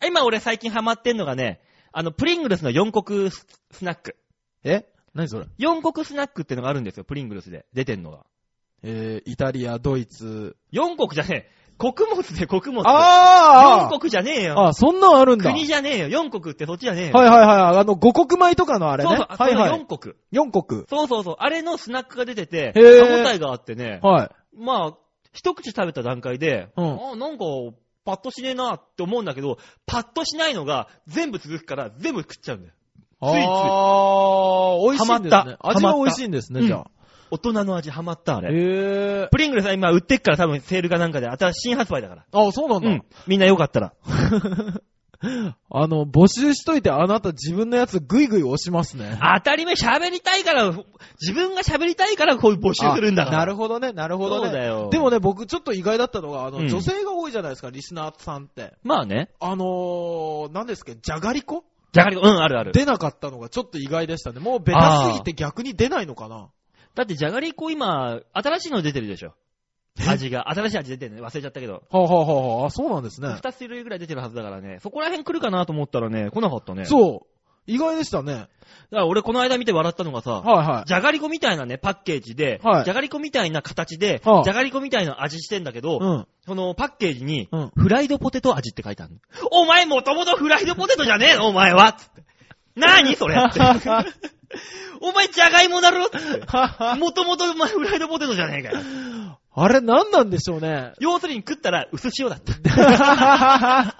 今俺最近ハマってんのがね、あの、プリングルスの4国ススナック。
え何それ
4国スナックってのがあるんですよ、プリングルスで。出てんのが。
えー、イタリア、ドイツ。
4国じゃねえ。穀物で穀物。
あ
4国じゃねえよ。
ああ、そんなんあるんだ。
国じゃねえよ。4国ってそっちじゃねえよ。
はいはいはい。あの、五穀米とかのあれね。
そうそう、
はいは
そ
い
の。4国。
四国。
そうそうそう。あれのスナックが出てて、
へ
歯
ー
応えがあってね。
はい。
まあ、一口食べた段階で、
うん
あなんか、パッとしねえなって思うんだけど、パッとしないのが全部続くから全部食っちゃうんだよ。
あ
つい
あー、美味しいんです
ハマ
ね
っ。た
味は美味しいんです
ハマ
ね、
った
じゃあ。
大人の味ハマった、あれ。
へえ。
プリングルさん今売ってっから多分セールかなんかで、新しい新発売だから。
あ、そうなん
う
だ。
ん。みんなよかったら。
あの、募集しといてあなた自分のやつぐいぐい押しますね。
当たり前喋りたいから、自分が喋りたいからこういう募集するんだから。
なるほどね、なるほど
そうだ
ね。
よ。
でもね、僕ちょっと意外だったのが、あ
う
の、
ん
女性が多いじゃないですか、リスナーさんって。
まあね。
あのー、何ですか、じゃがりこ
じゃがりこ、うん、あるある。
出なかったのがちょっと意外でしたね。もうベタすぎて逆に出ないのかな。
だってじゃがりこ今、新しいの出てるでしょ。味が。新しい味出てるね。忘れちゃったけど。
はあ、はあはあはあ、あそうなんですね。
二種類ぐらい出てるはずだからね。そこら辺来るかなと思ったらね、来なかったね。う。
そう。意外でしたね。
だから俺この間見て笑ったのがさ、
はいはい。
じゃがりこみたいなね、パッケージで、
はい
じゃがりこみたいな形で、
はあ
じゃがりこみたいな味してんだけど、
うん。
そのパッケージに、
うん。
フライドポテト味って書いてあるの。お前もともとフライドポテトじゃねえのお前はつって。なにそれ ってお前じゃがいもだろつって。もともとお前フライドポテトじゃねえかよ。
あれ何なんでしょう ね。
要するに食ったら薄塩だ った。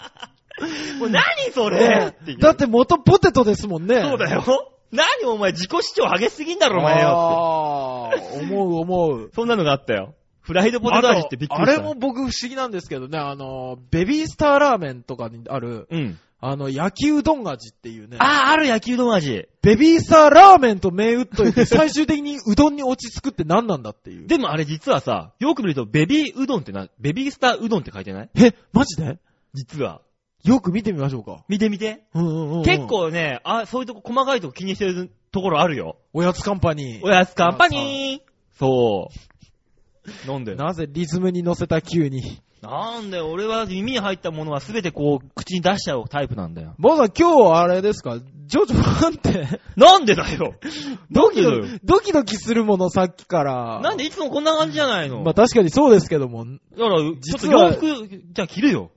もう何それっていう
だって元ポテトですもんね。
そうだよ。何お前自己主張激しすぎんだろお前よっ
あー思う思う
て。。そんなのがあったよ。フライドポテト味ってびっくりした。
あとあれも僕不思議なんですけどね、あの、ベビースターラーメンとかにある、
うん。
あの、焼きうどん味っていうね、
ああ、ある焼きうどん味。
ベビースターラーメンと銘打っといて、最終的にうどんに落ち着くって何なんだっていう。
でもあれ実はさ、よく見るとベビーうどんってな、ベビースターうどんって書いてない
え、マジで
実は。
よく見てみましょうか。
見て見て。
うんうんうんうん
結。構ね、あ、そういうとこ、細かいとこ気にしてるところあるよ。
おやつカンパニ
おやつカンパニーそう。なんで
ー。なぜリズムに乗せた急に。
なんで俺は耳に入ったものはすべてこう、口に出しちゃうタイプなんだよ。
坊さん、今日あれですかジョジョなんて、
なんでだよ
ドキ
なん
ド
でだよ
キ、ドキドキするものさっきから。
なんでいつもこんな感じじゃないの
まあ確かにそうですけども、
だから、ちょっと
実
洋
は
服、じゃあ着るよ。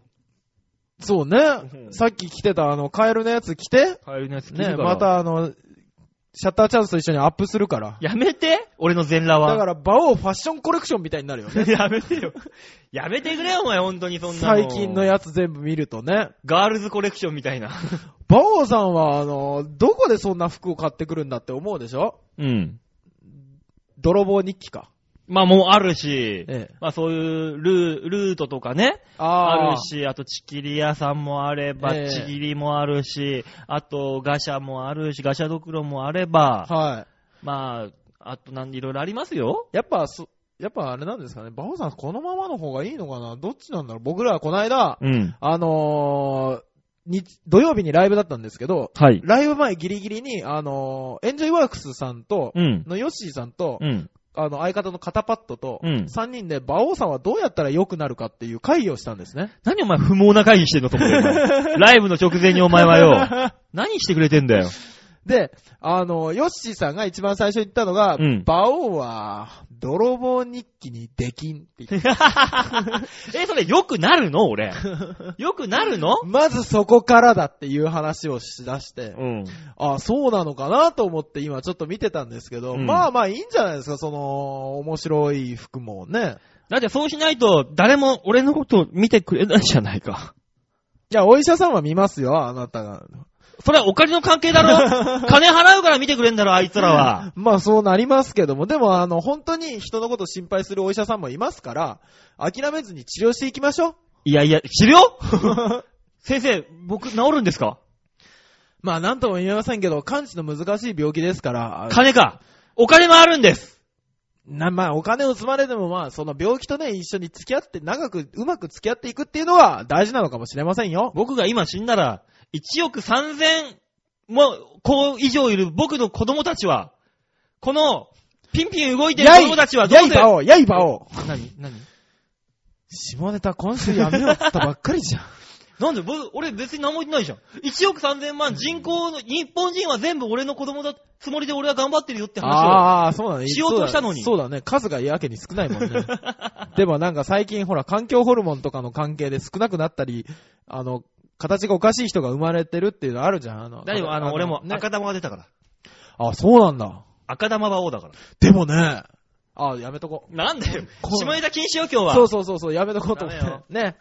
そうね
う。ん
さっき着てたあの、カエルのやつ着て、
帰りのやつ着るか
ね、
ら。
ま。たあの、シャッターチャンスと一緒にアップするから。
やめて俺の全裸
だか
は。
ら、バオファッションコレクションみたいになるよね。
やめてよ。やめてくれよ、お前、本当にそんなの。
最近のやつ全部見るとね。
ガールズコレクションみたいな。
バオさんは、あの、どこでそんな服を買ってくるんだって思うでしょ
うん。
泥棒日記か。
まあもうあるし、
ええ。
まあそういうルールートとかね、あ
あ
るし、あとちきり屋さんもあれば、
ええ
ちぎりもあるし、あとガシャもあるし、ガシャドクロもあれば、
は
まあ、あとなんいろいろありますよ。
い。やっぱ、そ、やっぱあれなんですかね。バオさん、このままの方がいいのかなどっちなんだろう僕らはこの間、
うん。
あのー、日、土曜日にライブだったんですけど、
はい。
ライブ前ギリギリに、あのー、エンジョイワークスさんと、
うん。
のヨッシーさんと、
うん。
あの、相方のカタパッドと、
うん
3人で、馬王さんはどうやったら良くなるかっていう会議をしたんですね。
何お前不毛な会議してんのと思ってお 前ライブの直前にお前はよ、何してくれてんだ よ。
で、あの、ヨッシーさんが一番最初言ったのが、
うん
馬王は、泥棒日記にできんって言って
え、それ良くなるの俺。良くなるの
まずそこからだっていう話をしだして、
うん。
あそうなのかなと思って今ちょっと見てたんですけど、
うん
まあまあいいんじゃないですか、その、面白い服もね。
だってそうしないと、誰も俺のこと見てくれないじゃないか。
じゃあお医者さんは見ますよ、あなたが。
それはお金の関係だ ろ金払うから見てくれんだろ、あいつらは。
まあそうなりますけども、でもあの、本当に人のこと心配するお医者さんもいますから、諦めずに治療していきましょう。
いやいや、治療 先生、僕治るんですか
まあなんとも言えませんけど、完治の難しい病気ですから、
金か。お金もあるんです。
なまあお金を積まれてもまあ、その病気とね、一緒に付き合って、長く、うまく付き合っていくっていうのは大事なのかもしれませんよ。
僕が今死んだら、1億3000も、子以上いる僕の子供たちは、この、ピンピン動いてる
や
子
い
供たちはど
や
う
い
せ、
ばおやいばお
何何
下ネタ今週やめようって言ったばっかりじゃん。
なんで、僕、俺別に何も言ってないじゃん。1億3000万人口の、日本人は全部俺の子供だ、つもりで俺は頑張ってるよって話を。
ああ、そうだね。
しようとしたのに
そうだね。数がやけに少ないもんね。 でもなんか最近ほら、環境ホルモンとかの関係で少なくなったり、あの、形がおかしい人が生まれてるっていうのあるじゃん。あの、
大丈夫、あの、俺も
ね
赤玉が出たから。
あ、そうなんだ。
赤玉馬王だから。
でもね、あ、やめとこ
なんだよ。
こう
下ネタ禁止よ、今日は。
そうそうそうそう、やめとこうと思っ
ダメよ
て。ね。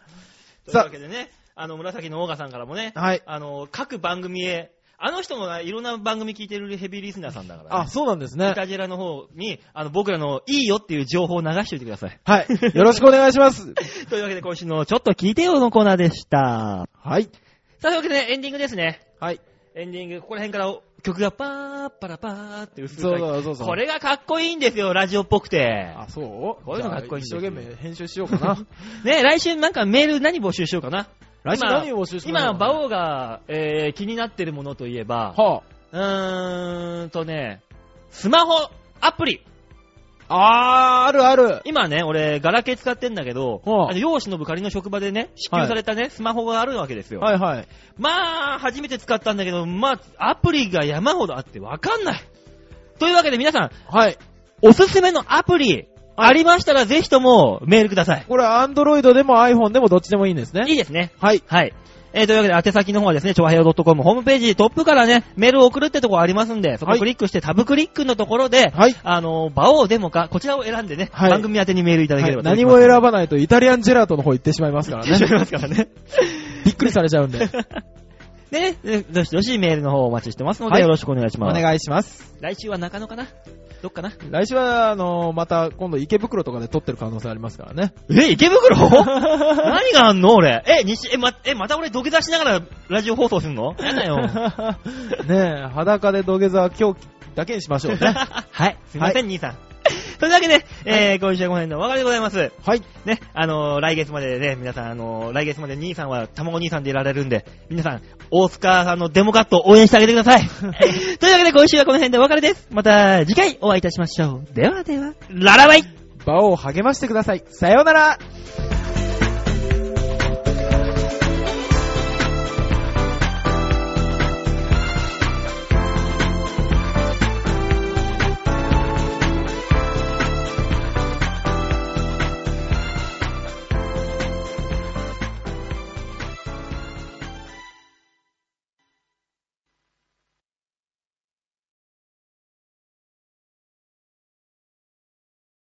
というわけでね、あの、紫のオーガさんからもね、
はい。
あの、各番組へ、あの人もねいろんな番組聞いてるヘビーリスナーさんだから、ね。
あ、そうなんです
イ
ね。
タジェラの方に、あの、僕らのいいよっていう情報を流しておいてください。
はい。よろしくお願いします。
というわけで今週のちょっと聞いてよのコーナーでした。
はい。
さあ、というわけで、エンディングですね。
はい。
エンディング、ここら辺から曲がパーパラパーって薄く
そうそうそうそう。
これがかっこいいんですよ、ラジオっぽくて。
あ、そう
こういうのかっこいいんです
じゃ
よ
あ一生懸命編集しよう かな。
ね来週なんかメール何募集しようかな。
来週
今
何を募集しまし
今、
ょう
馬王が、えー気になってるものといえば、
は
うーんとね、スマホアプリ。
あ、あー、あるある。
今ね、俺、ガラケー使ってんだけど、
はあ
あの、用紙の部仮の職場でね、支給されたね、スマホがあるわけですよ。
はいはい。
まあ、初めて使ったんだけど、まあ、アプリが山ほどあってわかんない。というわけで皆さん、
はい。
おすすめのアプリ、ありましたらぜひともメールください。
これ、アンドロイドでも iPhone でもどっちでもいいんです
い
ね。
いですね。
はい。
はい。えー、というわけで、宛先の方はですね、超平洋 .com ホームページトップからね、メールを送るってとこありますんで、そこ
はい
クリックして、タブクリックのところで、
はい。
あのー、場をデモか、こちらを選んでね、
はい
番組宛てにメールいただければ、
何も選
ば
ばないとイタリアンジェラートの方行ってしまいますから
ね。
ね。
しますから ね。
びっくりされちゃうんで。
ね、ねどしどしメールの方お待ちしてますので、
はい
よろしくお願いし
お
ます。
願いします。
来週は中野かなどっかな
来週は、あのーまた今度池袋とかで撮ってる可能性ありますからね。
え、池袋 何があんの俺。え、西、え、ま、え、また俺土下座しながらラジオ放送するのや だよ。
ねえ、裸で土下座は今日だけにしましょう ね。
はい、すいません、兄さん。というわけで、えー、今週はこの辺でお別れでございます。
はい。
ね、あのー来月までね、皆さん、あのー来月まで兄さんは、卵兄さんでいられるんで、皆さん、大塚さんのデモカットを応援してあげてくだ さい。というわけで、今週はこの辺でお別れです。また、次回お会いいたしましょう。ではでは、ララバイ
場を励ましてください。さようなら